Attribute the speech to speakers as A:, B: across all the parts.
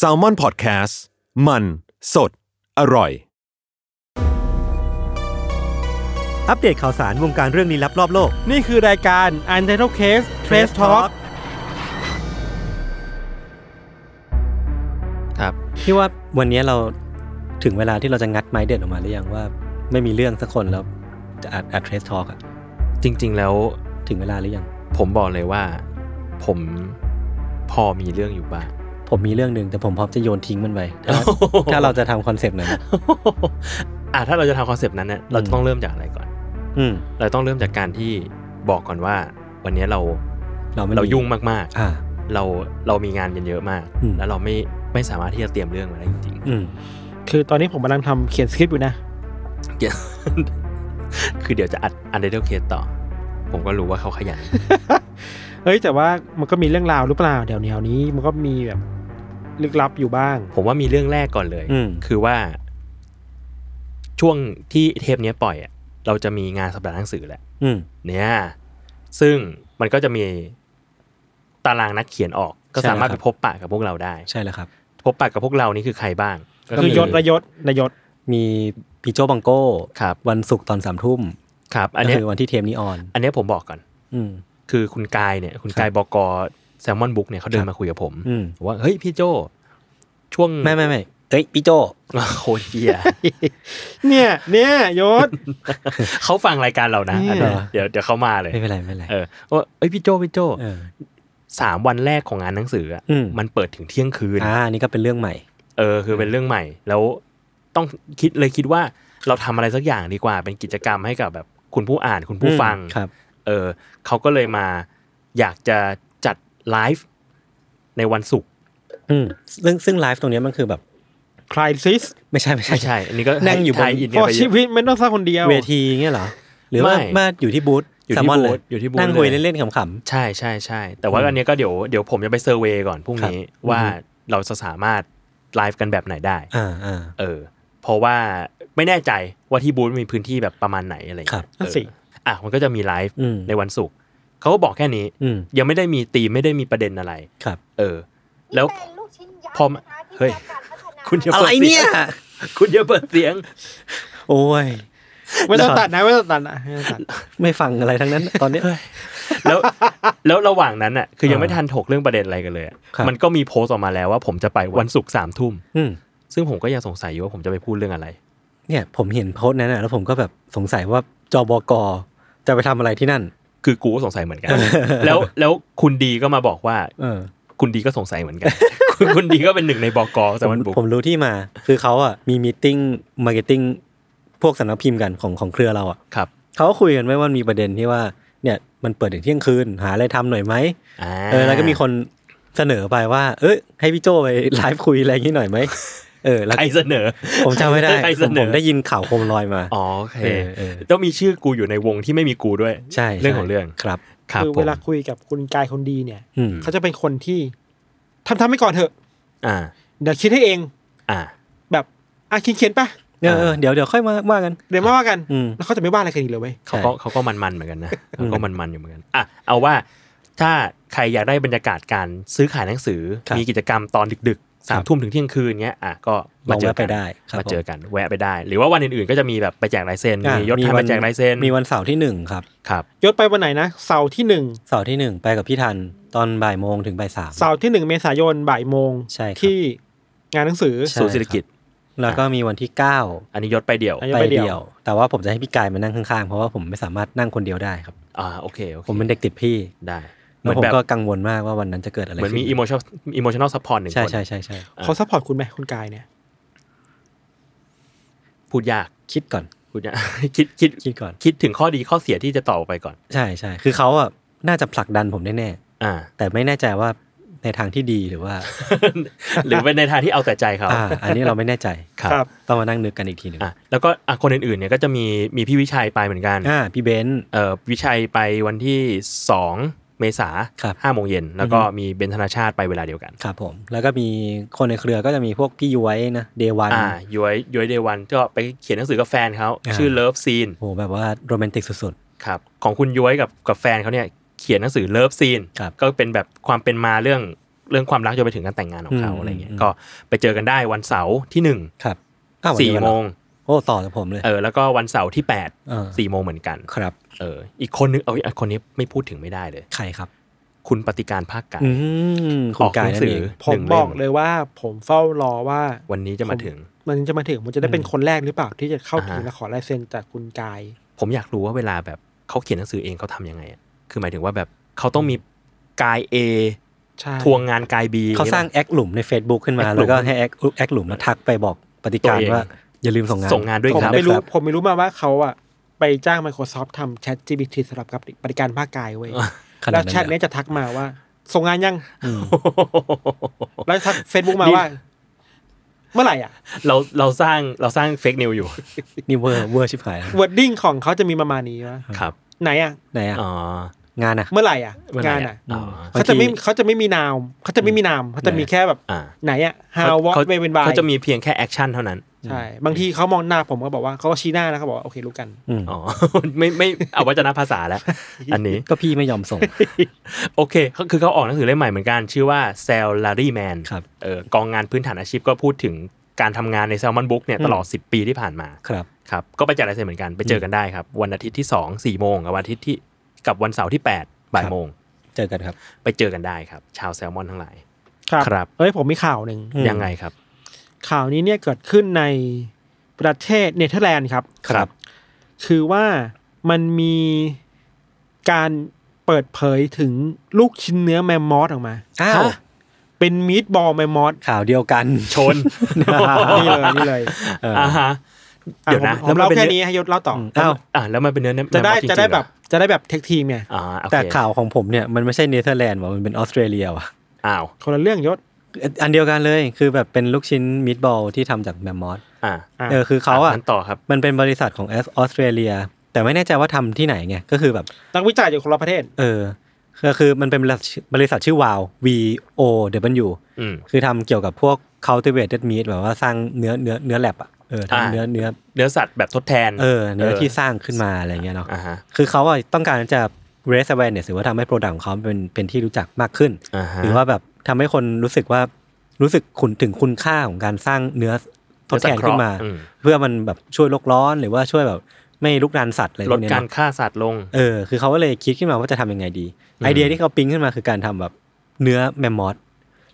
A: s a l m o n PODCAST มัน สด อร่อย
B: อัปเดตข่าวสารวงการเรื่องลี้ลับรอบโลก
C: นี่คือรายการ u n t i t l e Case Trace Talk ครับ
B: พี่ว่าวันนี้เราถึงเวลาที่เราจะงัดไม้เด็ดออกมาหรือยังว่า ไม่มีเรื่องสักคนแล้วจะอัดอัดเทรสทอล์กอะ
C: จริง ๆ แล้ว
B: ถึงเวลาหรือยัง
C: ผมบอกเลยว่า ผมพอมีเรื่องอยู่บ้าง
B: ผมมีเรื่องหนึ่งแต่ผมพร้อมจะโยนทิ้งมันไปถ้า ถ้าเราจะทำคอนเซปต์นั้น
C: อ่ะถ้าเราจะทำคอนเซปต์นั้นเนี่ยเราจะต้องเริ่มจากอะไรก่อน
B: อืม
C: เราต้องเริ่มจากการที่บอกก่อนว่า วันนี้เรา
B: เราไม่มี
C: เรายุ่งมาก
B: อ่า
C: ๆ เราเรามีงานกันเยอะมาก
B: อืม
C: แล้วเราไม่ไม่สามารถที่จะเตรียมเรื่องมาได้จริง
B: อืม
D: คือตอนนี้ผมกำลังทำเขียนสคริปต์อยู่นะ
C: ๆเดี๋ยว คือเดี๋ยวจะอัด u n t i t l e Case ต่อ ผมก็รู้ว่าเขาข ยัน
D: เฮ้ยแต่ว่ามันก็มีเรื่องราวหรือเปล่าเดี๋ยวแนวนี้มันก็มีแบบลึกลับอยู่บ้าง
C: ผมว่ามีเรื่องแรกก่อนเลย
B: อืม
C: คือว่า ช่วงที่เทปเนี้ยปล่อยอะเราจะมีงานสัปดาห์หนังสือแหละ
B: อืม
C: เนี่ย ซึ่งมันก็จะมีตารางนักเขียนออก ก็
B: ใช่แล้ว
C: สามารถ
B: ครั
C: ไป
B: บ
C: พบปะกับพวกเราได้
B: ใช่แล้วครับ
C: พบปะกับพวกเรานี่คือใครบ้าง ก็
D: คือยศระยศนายศ
B: มีพี่โจบังโก้
C: ครับ
B: วันศุกร์ตอนสามทุ่ม
C: ครับ อัน
B: ก็
C: เนี้ย
B: คือวันที่เทมนี้ออน
C: อันเนี้ยผมบอกก่อน
B: อืม
C: คือคุณกายเนี่ย คุณกายบกแซลมอนบุ๊กเนี่ยเขาเดินมาคุยกับผม
B: อืม
C: บอกว่าเฮ้ยพี่โจช่วง
B: ไม่ไม่ไม่เอ้ยพี่โจ
C: โคตรเหี้ย
D: เนี่ยเนี่ยยศ
C: เขาฟังรายการเรานะอันเนี้ย
B: เหรอ
C: เดี๋ยวเดี๋ยวเขามาเลย
B: ไม่เป็นไรไม่เป็นไร
C: เออว่าเอ้ยพี่โจพี่โจ
B: เออ
C: สามวันแรกของงานหนังสืออ่ะ
B: อืม
C: มันเปิดถึงเที่ยงคืน
B: อ่าอันนี่ก็เป็นเรื่องใหม่
C: เออคือเป็นเรื่องใหม่ แล้วต้องคิดเลยคิดว่าเราทำอะไรสักอย่างดีกว่า เป็นกิจกรรมให้กับแบบคุณผู้อ่านคุณผู้ฟัง
B: อืมครับ
C: เออเขาก็เลยมาอยากจะจัดไลฟ์ในวันศุกร์
B: อืมซึ่งซึ่งไลฟ์ตรงเนี้ยมันคือแบบ
D: คลายซิ ส
B: ไม่ใช่ไม่ใช่
C: ไม่ใช่ อันนี้ก็
B: นั่งอยู่บน
C: ไทอิน
D: พ
C: กั
D: อน
C: ไปเย
D: ชี
C: อะ
D: วิตไม่ต้องสร้างคนเดียว
B: เวทีเงี้ยเหรอ หรือว่า
C: ไม่
B: มาอยู่ที่บูธ
C: อยู่ที่
B: แซลมน
C: บู
B: เล
C: ธอยู่ที่บูธ
B: นั่งคุย
C: เลย
B: เล่นๆขำ
C: ใช่ใช่ใช่แต่ว่าอันเนี้ยก็เดี๋ยวเดี๋ยวผมจะไปเซอร์เวย์ก่อนพรุ่งนี้
B: ครับ
C: ว่า
B: อือฮึ
C: เราจะสามารถไลฟ์กันแบบไหนได้
B: ๆอ่าอ่า
C: เออเพราะว่าไม่แน่ใจว่าที่บูธมีพื้นที่แบบประมาณไหนอะไรอย่าง
B: ครั
C: เงี้
B: บ
C: ย
D: นั่น
C: เออ
D: สิ
C: อ่ะมันก็จะมีไลฟ์
B: อืม
C: ในวันศุกร์เขาก็บอกแค่นี้
B: อืม
C: ยังไม่ได้มีตีมไม่ได้มีประเด็นอะไร
B: ครับ
C: เออ แล้ว พ
E: พ
C: อ
E: อ
C: มาเฮ้
E: เฮ้
C: ย
E: ย
C: คุณอย่า
B: อะไร
C: ปิดสีง
B: เนี่ย
C: คุณอย่าเปิดเสียง
B: โอ้ย
D: ไม่ต้องตัดนะไม่ต้องตัดนะไม่ต้องตัด
B: ไม่ฟังอะไรทั้งนั้น ตอนเนี้ย
C: แล้วแล้วระหว่างนั้นอ่ะคือยัง
B: อ่า
C: ไม่ทันถกเรื่องประเด็นอะไรกันเลยอะ
B: ครับ
C: มันก็มีโพสต์ออกมาแล้วว่าผมจะไปวันศุกร์สามทุ่ม
B: อืม
C: ซึ่งผมก็ยังสงสัยอยู่ว่าผมจะไปพูดเรื่องอะไร
B: เนี่ย ผมเห็นโพสต์นั้นน่ะแล้วผมก็แบบสงสัยว่าจบกจะไปทำอะไรที่นั่น
C: คือกูก็สงสัยเหมือนกัน แล้วแล้วคุณดีก็มาบอกว่า
B: เออ
C: คุณดีก็สงสัยเหมือนกัน คุณคุณดีก็เป็นหนึ่งในบกสามัญบุก
B: ผมรู้ที่มา คือเขาอ่ะมีมีติ้งมาร์เก็ตติ้งพวกสำนักพิมพ์กันของของเครือเราอ่ะ
C: ครับ
B: เขาก็คุยกันไว้ว่ามีประเด็นที่ว่าเนี่ยมันเปิดถึงเที่ยงคืนหาอะไรทำหน่อยไหม
C: อ่า
B: เออแล้วก็มีคนเสนอไปว่า เอ้ยให้พี่โจไปไลฟ์คุยอะไรอย่างนี้หน่อยไหมเออแล้ว
C: ใครเสนอ
B: ผมจำไม่ได้
C: ใคร
B: ผ
C: เส
B: ม
C: น
B: ผ
C: อ
B: มได้ยินข่าวโคมลอยมา
C: อ๋อโอเค
B: เออเออ
C: ต้องมีชื่อกูอยู่ในวงที่ไม่มีกูด้วย
B: ใช่
C: เรื่องของเรื่อง
B: ครับ
C: ครับ
D: คือ
C: ผม
D: เวลาคุยกับคุณกายคนดีเนี่ย
B: อืม
D: เขาจะเป็นคนที่ทำทำไปก่อนเถอะ
C: อ่า
D: เดี๋ยวคิดให้เอง
C: อ่า
D: แบบอ่ะเขียนเขียนๆไป
B: เออเออเดี๋ยวเดี๋ยวค่อยมาว่ากัน
D: เดี๋ยวมาว่ากัน
B: อืม
D: แล้วเขาจะไม่ว่าอะไรกันอีกเลยเว้ย
C: เขาก็เขาก็มันๆเหมือนกัน นะเขาก็มันๆอยู่เหมือนกันอ่ะเอาว่าถ้าใครอยากได้บรรยากาศการซื้อขายหนังสือ
B: ครับ
C: มีกิจกรรมตอนดึกๆสามทุ่มถึงเที่ยงคืนเงี้ยอ่ะก็มาเจอ
B: ลองแวะไป
C: กัน
B: ได้ครับ
C: มาเจอกันแวะไปได้ หรือว่าวันอื่นๆก็จะมีแบบไปแจกลายเซ็น
B: อ่ะ
C: มียศทานไปแจกลายเซ็น
B: มีวันเสาร์ที่หนึ่งครับ
C: ครับ
D: ยศไปวันไหนนะเสาร์ที่หนึ่ง
B: เสาร์ที่หนึ่งไปกับพี่ทันตอนบ่ายโมงถึงบ่ายสาม
D: เสาร์ที่หนึ่งเมษายนบ่ายโมง
B: ใช่ครับ
D: ที่งานหนังสือ
B: ใช่
C: ศูนย์เศรษฐกิจ
B: แล้วก็มีวันที่เก้า
C: อันนี้ยศไปเดี่ยว
D: อันนี้
B: ไป
D: ไปเดี่
B: เดีย
D: ยว ว
B: แต่ว่าผมจะให้พี่กายมานั่งข้างๆ เพราะว่าผมไม่สามารถนั่งคนเดียวได้ครับ
C: อ่าโอเคโอเค
B: ผมเป็นเด็กติดพี่
C: ได้เห
B: แล้
C: มื
B: ว
C: อน
B: ผม
C: แบบ
B: ก็กังวลมากว่าวันนั้นจะเกิดอะไร
C: เหมือนมี
B: ขึ้
C: อิโมชั่นอิโมชั่นอลซัพพอร์ตหนึ่ง
B: ใช่
C: คน
B: ใช่ใช่ใช่
D: เขาซัพพอร์ตคุณไหมคุณกายเนี่ย
C: พูดยาก
B: คิดก่อน
C: พูดยาก คิดคิด
B: คิดก่อน
C: คิดถึงข้อดีข้อเสียที่จะต่อไปก่อน
B: ใช่ใช่ คือเขาอ่ะน่าจะผลักดันผมแน่
C: อ่า
B: ๆแต่ไม่แน่ใจว่า ในทางที่ดีหรือว่า
C: หรือเป็นในทางที่เอาแต่ใจเขา
B: อ่า อันนี้เราไม่แน่ใจ
C: ครับ
D: ครับ
B: ต้องมานั่งนึกกันอีกทีหนึ่ง
C: อ่ะแล้วก็อ่ะคนอื่นๆเนี่ยก็จะมีมีพี่วิชัยไปเหมือนกัน
B: อ่าพี่เบนซ์
C: เอ่อวิชัยไปวันที่สองเมษา
B: ครับ
C: ห้าโมงเย็นแล้วก็มีเบนธนาชาติไปเวลาเดียวกัน
B: ครับผม แล้วก็มีคนในเครือก็จะมีพวกพี่ย้วยนะเดวัน
C: อ่าย้อยย้อยเดวันก็ไปเขียนหนังสือกับแฟนเขา
B: อ่า
C: ชื่อเลิฟซีน
B: โหแบบว่าโรแมนติกสุด
C: ครับของคุณย้อยกับกับแฟนเขาเนี่ยเขียนหนังสือเลิฟซีน
B: ครับ
C: ก็เป็นแบบความเป็นมาเรื่องเรื่องความรักจนไปถึงการแต่งงานของเขา
B: อืม
C: อะไรเงี้ย
B: อืม
C: ก็ไปเจอกันได้วันเสาร์ที่หนึ่ง
B: ๆ ครับอ้าววัน
C: สี่
B: เดียวกัน
C: โม
B: เหรอง โอ้ต่อจากผมเลย
C: เออแล้วก็วันเสาร์ที่แปด
B: เออ
C: สี่โมงเหมือนกัน
B: ครับ
C: เออ อีกคนนึง เอาอีกคนนี้ไม่พูดถึงไม่ได้เลย
B: ใครครับ
C: คุณปฏิการภาคกาย
B: อืมคุณกายนั่นเอง
D: ผมบอกเลยว่าผมเฝ้ารอว่า
C: วันนี้จะมาถึง
D: มันจะมาถึงมันจะได้เป็นคนแรกหรือเปล่าที่จะเข้าถึง
C: อ่า
D: และขอลายเซ็นจากคุณกาย
C: ผมอยากรู้ว่าเวลาแบบเขาเขียนหนังสือเองเขาทำยังไงอะคือหมายถึงว่าแบบเขาต้องมีกาย A
D: ใช่
C: ทวงงานกาย B
B: เขาสร้าง แอคหลุมใน Facebook ขึ้นมา
C: แอคหลุม
B: แล้วก็ให้แอคแอคหลุมมาทักไปบอกปฏิการ
C: ตัวเอง
B: ว่า อย่าลืมส่งงาน
C: ส่งงานด้วย
D: ผม
C: ครับ
D: ไม่รู้
B: ครับ
D: ผมไม่รู้มาว่าเขาอะไปจ้าง Microsoft ทำ Chat GPT สำหรับกับบริการภาคกายเว้ย
B: ขนา
D: แล้
B: ด
D: ว
B: นั้น
D: แชท
B: เลย
D: เนี้ยจะทักมาว่า ส่งงานยัง
B: อืม
D: แล้วทักเฟซบุ๊กมา
C: นี่
D: ว่า เมื่อไหร่อ่ะ
C: เราเราสร้างเราสร้างเฟกนิวอยู่
B: นี่เวอร์เวอร์ชิบหายแล้ว
D: วอร์ดิ้งของเขาจะมีประมาณนี้ว่า
C: ครับ
D: ไหนอ่ะ
B: ไหนอ่ะ
C: อ๋อง
B: านอ่ะ
D: เมื่อไหร่อ่ะ
C: เมื่อไหร่
D: งาน
C: อะ
D: อ่ะ
C: อ๋อ
D: เขาจะไม่เขาจะไม่มีนามเขาจะไม่มีนามเขาจะมี
B: ไหน
D: แค่แบบ
C: อ่า
D: ไหนอ่ะ how what
C: เขา
D: w h e when why
C: เขาจะมีเพียงแค่แอคชั่นเท่านั้น
D: ใช่ บางทีเขามองหน้าผมก็บอกว่าเขาก็ชี้หน้าแล้วเขาบอกว่าโอเครู้กัน
B: อืม
C: อ๋อ ไม่ไม่เอาวัจนภาษาแล้ว อันนี้
B: ก็พี่ไม่ยอมส่ง
C: โอเคก็คือเขาออกหนังสือเล่มใหม่เหมือนกัน ชื่อว่า Salary Man
B: ครับ
C: เออกองงานพื้นฐานอาชีพก็พูดถึงการทำงานใน Salmon Book เนี่ยตลอด 10 ปีที่ผ่านมา
B: ครับ
C: ครับ ก็ไปจัดรายเซ็นเหมือนกัน ไปเจอกันได้ครับ วันอาทิตย์ที่ 2 4 โมงกับวันอาทิตย์ที่กับวันเสาร์ที่ 8 บ่ายโมง
B: เจอกันครับ
C: ไปเจอกันได้ครับ ชาวแซลมอนทั้งหลาย
D: ครับ
C: ครับ
D: เอ้ยผมมีข่าวหนึ่ง
B: อืม
C: ยังไงครับ
D: ข่าวนี้เนี่ยเกิดขึ้นในประเทศเนเธอร์แลนด์ครับ
C: ครับ
D: คือว่ามันมีการเปิดเผยถึงลูกชิ้นเนื้อแมมมอสออกมา
B: อ้าว
C: ฮะ
D: เป็นมีดบอลแมมมอส
B: ข่าวเดี ยวกัน
C: ชน
D: นี่เลยนี่เลย
B: เอออ
C: อ่าฮะ เดี๋ยวนะ
D: อ่ผมผม
C: มั
D: เล่า
C: เป็น
D: แค่
C: เอ
D: นี้ให้ยศเล่าต่ออ
B: อ้าว
C: อ่าแล้วมันเป็นเนื้อ
D: จะได้
C: เนื้อมอสริงๆ
D: จะได้
C: เหรอ
D: แบบจะได้แบบเทคทีมไง
C: อ่าโอเค
B: แต่ข่าวของผมเนี่ยมันไม่ใช่เนเธอร์แลนด์ว่ะมันเป็นออสเตรเลียว่ะ
C: อ้าว
D: คนละเรื่องยศ
B: อันเดียวกันเลยคือแบบเป็นลูกชิ้นมิตบอลที่ทำจากแมมมอส
C: อ่า
D: อ่ะ
B: เออคือเขาอ่ะ
C: นต่อครับ
B: มันเป็นบริษัทของแอสออสเตรเลีย แต่ไม่แน่ใจว่าทำที่ไหนไงก็คือแบบ
D: นักวิจัยจากคนละประเทศ
B: เออก็คือมันเป็นบริษัทบริษัทชื่อวาว V O W
C: อืม
B: คือทำเกี่ยวกับพวก cultivated meat แบบว่าสร้างเนื้อเนื้อเนื้อแลบอ่ะเออ
C: อ่า
B: ทำเนื้อเนื้อ
C: เนื้อสัตว์แบบทดแทน
B: เออเนื้อที่สร้างขึ้นมาอะไรเงี้ยเนาะ
C: อ่าฮะ
B: คือเขาอะต้องการจะ raise awareness หรือว่าทำให้ product ของเขาเป็นเป็นที่รู้จักมากขึ้น
C: อ่าฮะ
B: หรือว่าแบบทำให้คนรู้สึกว่ารู้สึกคุณถึงคุณค่าของการสร้างเนื้อทดแทนขึ้นมา
C: เนื้อสังเคราะห์อืม
B: เพื่อมันแบบช่วยโลกร้อนหรือว่าช่วยแบบไม่ลุกรานสัตว์อะไรพ
C: ล
B: ว
C: ด
B: กเนี้ย
C: กา
B: เน
C: ร
B: อะ
C: ฆ่าสัตว์ลง
B: เออ คือเขาก็เลยคิดขึ้นมาว่าจะทำยังไงดี ไอเดียที่เขาปิ๊งขึ้นมาคือการทำแบบเนื้อแมมมอส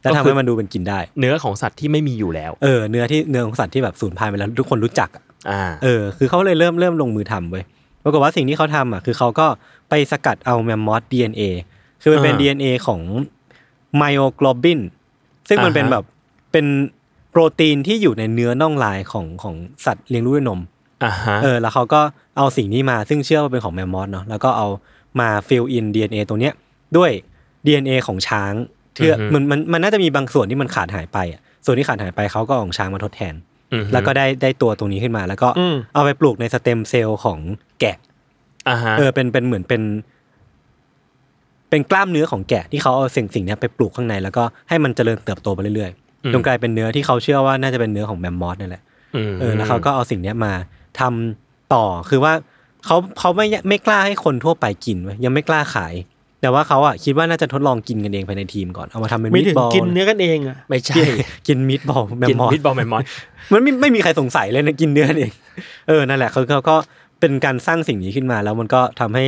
B: แล้วทำ
C: ก็คื
B: ให้
C: อ
B: มันดูเป็นกินได้
C: เนื้อของสัตว์ที่ไม่มีอยู่แล้ว
B: เออ เนื้อที่เนื้อของสัตว์ที่แบบสูญพันธุ์ไปแล้วทุกคนรู้จักอะ
C: อ่า
B: เออ คือเขาเลยเริ่มเริ่มลงมือทำเว้ย ปรากฏว่าสิ่งที่เขาทำอ่ะ คือเขาก็ไปสกัดเอาแมมมอส DNA คือมันเป็น
C: อ่า
B: DNA ของไมโอ g l o b i n ซึ่งมัน
C: อ่าฮะ
B: เป็นแบบเป็นโปรตีนที่อยู่ในเนื้อน่องลายของของสัตว์เลี้ยงลูกด้วยนม
C: อ่าฮะ
B: เออแล้วเขาก็เอาสิ่งนี้มาซึ่งเชื่อว่าเป็นของแมมมอสเนาะแล้วก็เอามาฟิลอิน DNA ตรงเนี้ยด้วย DNA ของช้างเทื่อ
C: อือฮึ
B: มันมันมันน่าจะมีบางส่วนที่มันขาดหายไปอะส่วนที่ขาดหายไปเขาก็เอาของช้างมาทดแทน
C: ม
B: แล้วก็ได้ได้ตัวตรงนี้ขึ้นมา แล้วก็
D: อืม
B: เอาไปปลูกในสเต็มเซลล์ของแกะ
C: อ่าฮะ
B: เออเป็นเป็นเหมือนเป็น เป็นกล้ามเนื้อของแกะที่เขาเอาสิ่งสิ่งเนี้ยไปปลูกข้างในแล้วก็ให้มันเจริญเติบโตไปเรื่อยๆจนกลายเป็นเนื้อที่เขาเชื่อว่าน่าจะเป็นเนื้อของแมมมอสนี่นแหละ
C: ม
B: เออแล้วเขาก็เอาสิ่งเนี้ยมาทำต่อคือว่าเขาเขาไม่ไม่กล้าให้คนทั่วไปกินเว้ยยังไม่กล้าขาย แต่ว่าเขาอ่ะคิดว่าน่าจะทดลองกินกันเองภายในทีมก่อนเอามาทำเป็น
D: มี
B: มิต
D: ถึง
B: บอล
D: กินเนื้อกันเองอ่ะ
C: ไม่ใช่
B: กินกินมิตบอลแมม
C: กิน
B: มอส
C: พิษบอลแมมมอส
B: มันไม่ไม่มีใครสงสัยเลย นะกินเนื้อเองเออนั่นแหละเขาเขาก็เป็นการสร้างสิ่งนี้ขึ้นมา แล้วมันก็ทำให้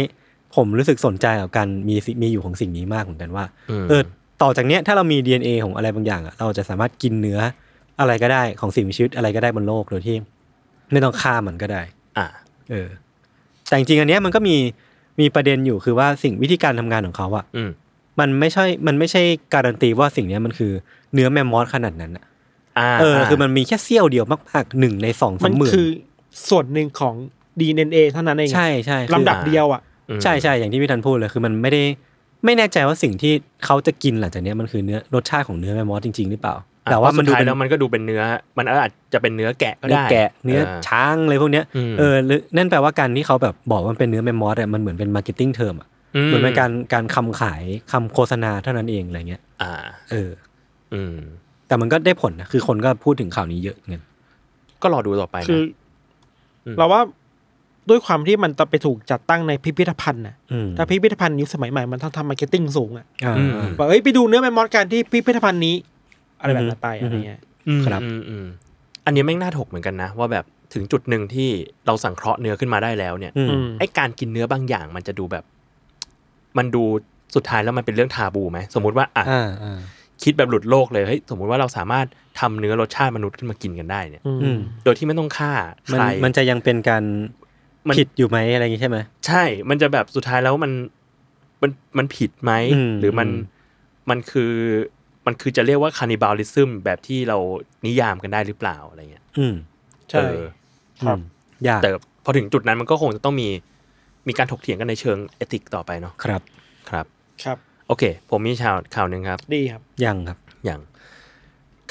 B: ผมรู้สึกสนใจกับการมีสิมีอยู่ของสิ่งนี้มากเหมือนกันว่า เออต่อจากเนี้ยถ้าเรามี DNA ของอะไรบางอย่างอะเราจะสามารถกินเนื้ออะไรก็ได้ของสิ่งมีชีวิตอะไรก็ได้บนโลกโดยที่ ไม่ต้องฆ่ามันก็ได้
C: อ่า
B: เออ แต่จริงๆอันเนี้ยมันก็มีมีประเด็นอยู่คือว่าสิ่งวิธีการทำงานของเขาอะ
C: อืม
B: มันไม่ใช่มันไม่ใช่การันตีว่าสิ่งเนี้ยมันคือเนื้อแมมมอสขนาดนั้นอะ
C: อ่า
B: เออคือมันมีแค่เสี้ยวเดียวมากๆหนึ่งในสอง
D: มั
B: สามหมื่น
D: คือส่วนหนึ่งของ DNA เท่านั้นเองอะ
B: ใช่ใช่คือ
D: ลำดับเดียวอ่ะ
C: อืม
B: ใช่ใช่อย่างที่พี่ธันพูดเลยคือมันไม่ได้ ไม่แน่ใจว่าสิ่งที่เขาจะกินหลังจากเนี้ยมันคือเนื้อรสชาติของเนื้อแมมมอสจริงๆหรือเปล่า แต่ว่ามันดู
C: เพระสุดท้าย
B: เป็น
C: แล้วมันก็ดูเป็นเนื้อ มันอาจจะเป็นเนื้อแกะก็
B: เนื้อ
C: ได้
B: แกะเนื้อช้างอะไรพวกเนี้ย
C: อืม
B: เออหรือนั่นแปลว่าการที่เขาแบบบอกว่ามันเป็นเนื้อแมมมอสอะมันเหมือนเป็นมาร์เก็ตติ้งเทอมอะเหมือนเป็นการการคำขายคำโฆษณาเท่านั้นเองอะไรเงี้ย
C: อ่า
B: เออ
C: อืม
B: แต่มันก็ได้ผลนะคือคนก็พูดถึงข่าวนี้เยอะเงี้ย
C: ก็รอดูต่อไปนะ
D: คืออ
C: ม
D: เราว่าด้วยความที่มันไปถูกจัดตั้งในพิพิธภัณฑ์น่ะ
B: อืม
D: ถ้าพิพิธภัณฑ์ยุคสมัยใหม่มันต้องทำมาร์เก็ตติ้งสูงอ่ะ
B: อ่า
C: อืม
D: บอกเอ้ยไปดูเนื้อแมมมอสกันที่พิพิธภัณฑ์นี้ อะไรแบบนั้นไป
B: อื
D: อะ
B: อ
D: ไร
B: ฮึ
D: เงี้ย
C: อืม
B: ครับ
C: อืมอืมอันนี้แม่งน่าถกเหมือนกันนะ ว่าแบบถึงจุดหนึ่งที่เราสังเคราะห์เนื้อขึ้นมาได้แล้วเนี่ย
B: อืม
D: อืม
C: ไอการกินเนื้อบางอย่างมันจะดูแบบ มันดูสุดท้ายแล้วมันเป็นเรื่องทาบูไหมสมมติว่าอ่ะ
B: อ่าอ่า
C: คิดแบบหลุดโลกเลยเฮ้ยสมมติว่าเราสามารถทำเนื้อรสชาติมนุษย์ขึ้นมากินกันได้เนี่ย
D: อืม
B: อืม
C: โดยที่ไม่ต้องฆ่า
B: มั
C: ใคน ร
B: มันจะยังเป็นการ
C: มัน
B: ผิดอยู่ไหมอะไรอย่างงี้ใช่ไหม
C: ใช่ มันจะแบบสุดท้ายแล้วมันมันมันผิดไหม
B: อืม
C: หรือมัน
B: อืม
C: มันคือมันคือจะเรียกว่าคานิบาลิซึมแบบที่เรานิยามกันได้หรือเปล่าอะไรเงี้ย
B: อืม
D: ใช่
C: เออ
D: ครับ
B: อืมยาก
C: แต่พอถึงจุดนั้นมันก็คงจะต้องมีมีการถกเถียงกันในเชิงเอติกต่อไปเนาะ
B: ครับ
C: ครับ
D: ครับ
C: โอเค ผมมีข่าวข่าวหนึ่งครับ
D: ดีครับ
B: ยังครับ
C: อย่าง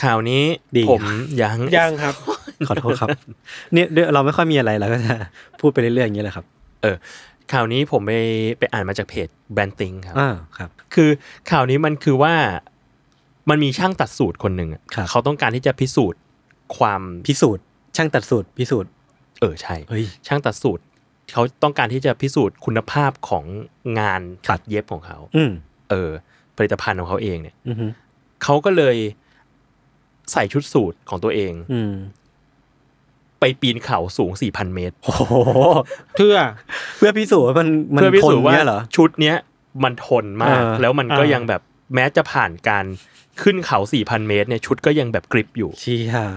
C: ข่าวนี้
B: ดี
C: ผมยัง
D: ยังครับ
B: ขอโทษครับ เนี่ยเดี๋ยวเราไม่ค่อยมีอะไรเราก็จะพูดไปเรื่อยๆอย่างนี้แหละครับ
C: ข่าวนี้ผมไปไปอ่านมาจากเพจแบรนติงครับ
B: อ่าครับ
C: คือข่าวนี้มันคือว่ามันมีช่างตัดสูตรคนหนึ่งอะ
B: ครับ
C: เขาต้องการที่จะพิสูจน์ความ
B: พิสูจน์ช่างตัดสูตรพิสูจน์
C: เออใช่
B: เฮ้ย
C: ช่างตัดสูตร เขาต้องการที่จะพิสูจน์คุณภาพของงานตัดเย็บของเขา
B: อืม
C: เออ ผลิตภัณฑ์ของเขาเองเนี่ย
B: อืมฮึ
C: เขาก็เลยใส่ชุดสูตรของตัวเอง
B: อืม
C: ไปปีนเขาสูง 4,000 เมตร
B: โอ้โห
D: เพื่อ
B: เพื่อพิสูจน์ว่ามันมัน
C: เพื่อพิสูจน์
B: ทน
C: ว่า
B: เนี่ยเหรอ
C: ชุดเนี้ยมันทนมาก
B: เออ
C: แล้วมันก็
D: อ่ายั
C: ยังแบบแม้จะผ่านการขึ้นเขา 4,000 เมตรเนี่ยชุดก็ยังแบบกริบอยู่
B: เชี้ฮะ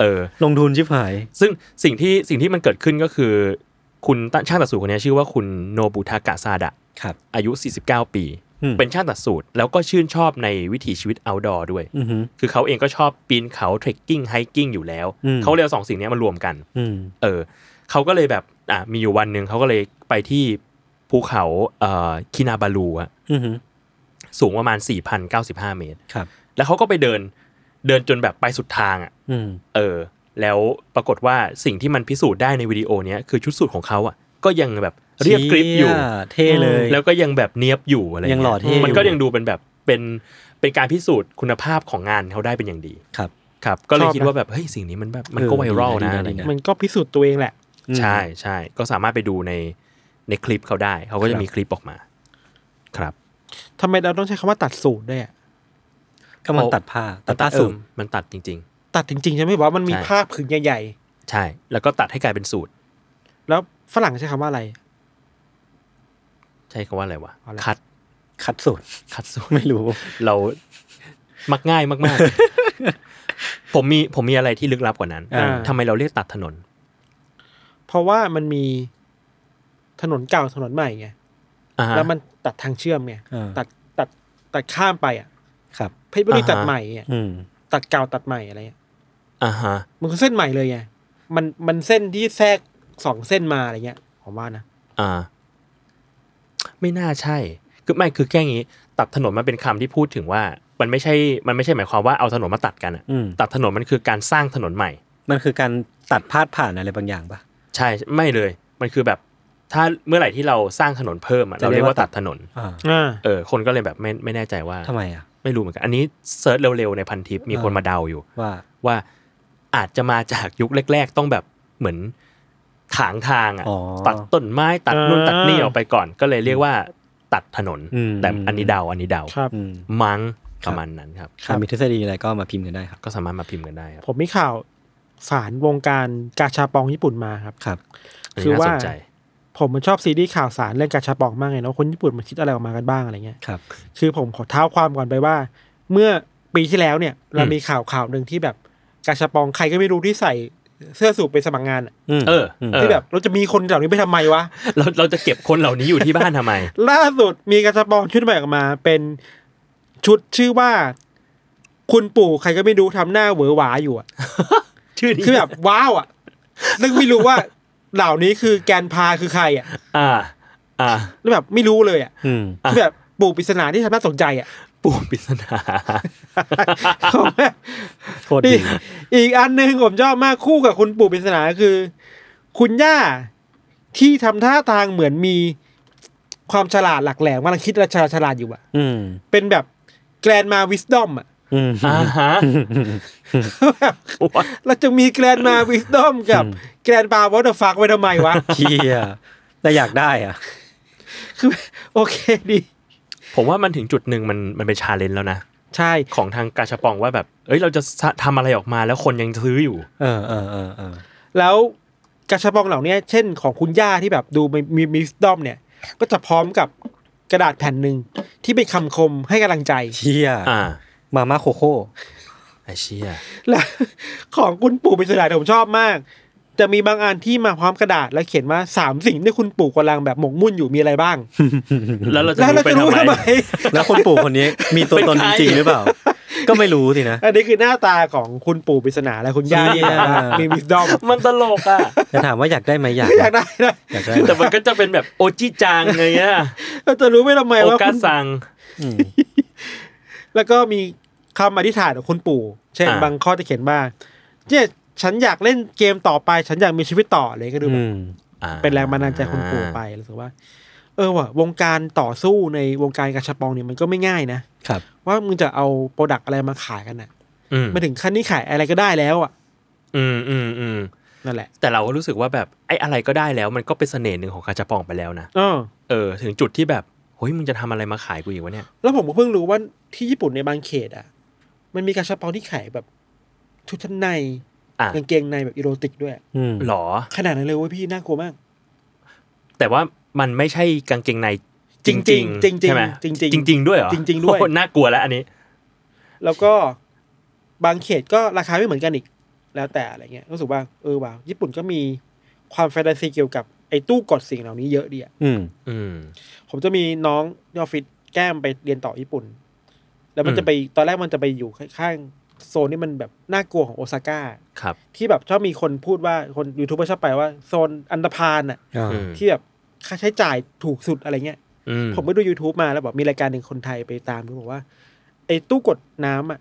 C: เออ
B: ลงทุนชิบหาย
C: ซึ่งสิ่งที่สิ่งที่มันเกิดขึ้นก็คือ คุณตช่างตัดสูตรคนนี้ชื่อว่าคุณโนบุทากะซาดะ
B: ครับ
C: อายุ 49 ปี
B: อืม
C: เป็นช่างตัดสูตร แล้วก็ชื่นชอบในวิถีชีวิต outdoor ด้วย
B: อืมฮึ
C: คือเขาเองก็ชอบปีนเขาเทรคกิ้งไฮกิ้งอยู่แล้ว
B: อืม
C: เขาเรียกสองสิ่งเนี้ยมารวมกัน
B: อืม
C: เออเขาก็เลยแบบอ่ะมีอยู่วันหนึ่งเขาก็เลยไปที่ภูเขาเอ่อคินาบาลูอะ
B: อืมฮึ
C: สูงประมาณ 4,095 เมตร
B: ครับ
C: แล้วเขาก็ไปเดินเดินจนแบบไปสุดทางอะ
B: อืม
C: เออแล้วปรากฏว่าสิ่งที่มันพิสูจน์ได้ในวิดีโอเนี้ยคือชุดสูทของเขาอ่ะก็ยังแบบเรียบกริบอยู่
B: เชี่เท่เลย
C: แล้วก็ยังแบบเนียบอยู่อะไร
B: ยังหล่อเท่อยู่
C: มันก็ยังดูเป็นแบบเป็นเป็นการพิสูจน์คุณภาพของงานเขาได้เป็นอย่างดี
B: ครับ
C: ครับ ก็เลย
D: ชอบนะ
C: คิดว่าแบบเฮ้ยสิ่งนี้มันแบบมันก็
B: เออ
C: ไวรัล
B: ดี
C: นะ
B: นะ
C: อะไร
B: ดีนะ
C: เงี้ย
D: มันก็พิสูจน์ตัวเองแหละ
C: ใช่ใช่ก็สามารถไปดูในในคลิปเขาได้ เขา
B: ค
C: ก็
B: รั
C: จะ
B: บ
C: มีคลิปออกมา ครับ
D: ทำไมเราต้องใช้คำว่าตัดสูตรด้วยอะ
B: ก็มันตัดผ้าตัดผ้าสูง
C: เออมันตัดจริง
D: ตัดจริงๆใช่ไหมบอกว่ามันมี
C: ใช่
D: ผ้าผืนใหญ่
C: ๆ ใช่ แล้วก็ตัดให้กลายเป็นสูตร
D: ๆ แล้วฝรั่งใช้คำว่าอะไร
C: ใช่คำว่าอะไรวะ
D: อะไร
C: คัด
B: คัดสูตร
C: คัดสูตร
B: ไม่รู้
C: เรามักง่ายมาก ๆ ผมมีผมมีอะไรที่ลึกลับกว่านั้น
B: อ่า
C: ทำไมเราเรียกตัดถนน
D: เพราะว่ามันมีถนนเก่าถนนใหม่ไง
C: อ่าฮะ
D: แล้วมันตัดทางเชื่อมไง
B: เออ
D: ตัดตัดตัดข้ามไปอ่ะ
B: ครับ
D: เพชรบุรี
C: อ่าฮะ
D: ตัดใหม่อ่ะ
B: อืม
D: ตัดเก่าตัดใหม่อะไรเงี้ย
C: อ่าฮะ
D: มันคือเส้นใหม่เลยไง มันมันเส้นที่แทรกสองเส้นมาอะไรเงี้ย ผมว่านะ
C: อ่า ไม่น่าใช่ คือไม่คือแค่งี้ ตัดถนนมันเป็นคำที่พูดถึงว่า มันไม่ใช่ มันไม่ใช่หมายความว่าเอาถนนมาตัดกันอะ
B: อืม
C: ตัดถนนมันคือการสร้างถนนใหม่
B: มันคือการตัดพาดผ่านอะไรบางอย่างปะ
C: ใช่ไม่เลย มันคือแบบ ถ้าเมื่อไหร่ที่เราสร้างถนนเพิ่มอะ
B: จะ
C: เรา
B: เรี
C: เรี
B: ย
C: ย
B: ก
C: ก
B: ว่า
C: ว่า
B: ตั
C: ตั
B: ด
C: ดถนน
B: อ่า
D: อ่า
C: เออ คนก็เลยแบบไม่ไม่แน่ใจว่า
B: ทำไมอ่ะ
C: ไม่รู้เหมือนกันอันนี้เซิร์ชเร็วๆในพันทิปมีคนมาเดาอยู่
B: ว่า
C: ว่าอาจจะมาจากยุคแรก ๆ ต้องแบบเหมือนถางทางอ่ะ
B: อ๋อ
C: ตัดต้นไม้ตัดนู่น
D: อ่า
C: ตัดนี่ออกไปก่อน ก็เลยเรียกว่าตัดถนน
B: อืม
C: แต่อันนี้เดาอันนี้เดา
D: ครับ
B: อืม
C: มั้ง
B: ค
C: ป
B: รับ
C: ระมาณนั้นครับ
B: ถ้ามีทฤษฎีอะไรก็มาพิมพ์กันได้ครับ
C: ก็สามารถมาพิมพ์กันได้ครับ
D: ผมมีข่าวสารวงการกาชาปองญี่ปุ่นมาครับ
B: ครับ
C: นนี้
D: คือ
C: น่
D: ว่า
C: สนใจ
D: ผมมันชอบซีรีส์ข่าวสารเรื่องกาชาปองมากเลยเนาะคนญี่ปุ่นมันคิดอะไรออกมากันบ้างอะไรเงี้ย
B: ครับ
D: คือผมขอเท้าความก่อนไปว่า เมื่อปีที่แล้วเนี่ย เรามีข่าวข่าวหนึ่งที่แบบกาชาปองใครก็ไม่รู้ที่ใส่เสื้อสูทไปสมัครงานอะ
B: อืม
C: เออเออ
D: ที่แบบเราจะมีคนเหล่านี้ไปทำไมวะ
C: เราเราจะเก็บคนเหล่านี้อยู่ที่บ้านทำไม
D: ล่าสุดมีกระสปองชุดใหม่ออกมา เป็นชุดชื่อว่า คุณปู่ใครก็ไม่รู้ทำหน้าเหวอหวาอยู่อ่ะ
C: ชื่อนี้
D: คือแบบว้าวอ่ะนึกไม่รู้ว่า เหล่านี้คือแกนพาคือใครอ่ะ
C: อ่า อ่า
D: แล้วแบบไม่รู้เลยอ่ะ
B: อืม
D: คือแบบ ปู่ปริศนาที่ทำน่าสนใจอ่ะ
C: ปูปริศนา โคตร
D: นี่
C: ดี
D: อีกอันหนึ่งผมชอบมากคู่กับคุณปู่ปริศนาคือ คุณย่าที่ทำท่าทางเหมือนมีความฉลาดหลักแหลมกำลังคิดราชาฉลาดอยู่อะ
B: อืม
D: เป็นแบบแกรนมาวิสดอมอะ
B: อืม
C: อ่าฮะ
D: แบบเราจะมีแกรนมาวิสดอมกับแกรนบาวอเตอร์ฟักไว้ทำไมวะ
B: เฮียแต่อยากได้อ่ะ
D: คือ โอเคดี
C: ผมว่ามันถึงจุดหนึ่งมันมันเป็นชาเลนจ์แล้วนะ
D: ใช่
C: ของทางกาชาปองว่าแบบ เอ้ย เราจะทำอะไรออกมาแล้วคนยังซื้ออยู่
B: เออเออเออเออ
D: แล้วกระชับองเหล่าเนี้ยเช่นของคุณย่าที่แบบดูมีมีสดอมเนี่ย ก็จะพร้อมกับกระดาษแผ่นหนึ่งที่เป็นคำคมให้กำลังใจ
B: เฮีย
C: อ่า
B: มาม่าโคโค่
C: ไอเชี่ย
D: และ ของคุณปู่ปริศนาผมชอบมาก จะมีบางอันที่มาพร้อมกระดาษแล้วเขียนว่าสามสิ่งที่คุณปู่กำลังแบบหมกมุ่นอยู่มีอะไรบ้ าง
C: แล้วเราจะ
D: แล้วเรา
C: รู้ไปทำ
D: จะรู้ทำ
C: ไม
D: ไม
B: แล้วคนปู่คนนี้มีตัวตนจริงๆหรือเปล่า ก็ไม่รู้สินะ
D: อันนี้คือหน้าตาของคุณปู่ปริศนาและคุณย่าที่แบบว่า
B: เหี้ย
D: มีวิสดอม
C: มันตลกอ่ะ
B: แต่ถามว่าอยากได้ไหมอยาก
D: อยากได้นะ
B: อยากได้
C: แต่มันก็จะเป็นแบบโอจิจังไงอ่ะ
D: เราจะรู้ไม่ทำไม
C: โอ
D: ว่าคุ
C: กา
D: ณ
C: สัง
B: อืม
D: แล้วก็มีคำอธิษฐานของคุณปู่ เช่น
C: อ่า
D: บางข้อจะเขียนว่าเนี่ยฉันอยากเล่นเกมต่อไป ฉันอยากมีชีวิตต่ออะไรก็ดูแบบ
B: อืม
C: อ่า
D: เป็นแรงบันดาลใจคุณปู่ไปรู้สึกว่า เออว่ะ วงการต่อสู้ในวงการกระชับปองเนี่ยมันก็ไม่ง่ายนะ
B: ครับ
D: ว่ามึงจะเอาโปรดักต์อะไรมาขายกันน่ะ
C: อืม
D: มาถึงขั้นนี้ขายอะไรก็ได้แล้วอ่ะ
C: อืมอืมอืม
D: นั่นแหละ
C: แต่เราก็รู้สึกว่าแบบไอ้อะไรก็ได้แล้ว มันก็เป็นเสน่ห์หนึ่งของกาชาปองไปแล้วนะ
D: เออ
C: เออ ถึงจุดที่แบบเฮ้ยมึงจะทำอะไรมาขายกูอีกวะเนี่ย
D: แล้วผมก็เพิ่งรู้ว่าที่ญี่ปุ่นในบางเขตอ่ะ มันมีกระชับปองที่ขายแบบ ชุดชั้นใน
C: อ่ะ
D: กางเกงในแบบอีโรติกด้วย
B: อืม
C: หรอ
D: ขนาดนั้นเลยเว้ยพี่น่ากลัวมาก
C: แต่ว่ามันไม่ใช่กางเกงใน
D: จริงๆจริงๆ
C: ใช่ไหม
D: จริงๆ
C: จริง ๆ ด้วยเหรอ
D: จริงๆด้วย
C: โอ้โหน่ากลัวแล้วอันนี้
D: แล้วก็บางเขตก็ราคาไม่เหมือนกันอีก แล้วแต่อะไรเงี้ยรู้สึกว่าเออว่ะญี่ปุ่นก็มีความแฟนตาซีเกี่ยวกับไอ้ตู้กดสิ่งเหล่านี้เยอะดีอะ
B: อืม
C: อืม
D: ผมจะมีน้องที่ออฟฟิศแก้มไปเรียนต่อญี่ปุ่น แล้วมัน
C: อืม
D: จะไปตอนแรกมันจะไปอยู่ข้างๆโซนที่มันแบบน่ากลัวของโอซาก้า
C: ครับ
D: ที่แบบชอบมีคนพูดว่าคนยูทูบเบอร์ชอบไปว่าโซนอันดพานอ่ะ
B: อ่า
C: อืม
D: ที่แบบค่าใช้จ่ายถูกสุดอะไรเงี้ย
C: อืม
D: ผมไปดู YouTube มาแล้วบอกมีรายการหนึ่งคนไทยไปตามดูบอกว่าไอ้ตู้กดน้ำอ่ะ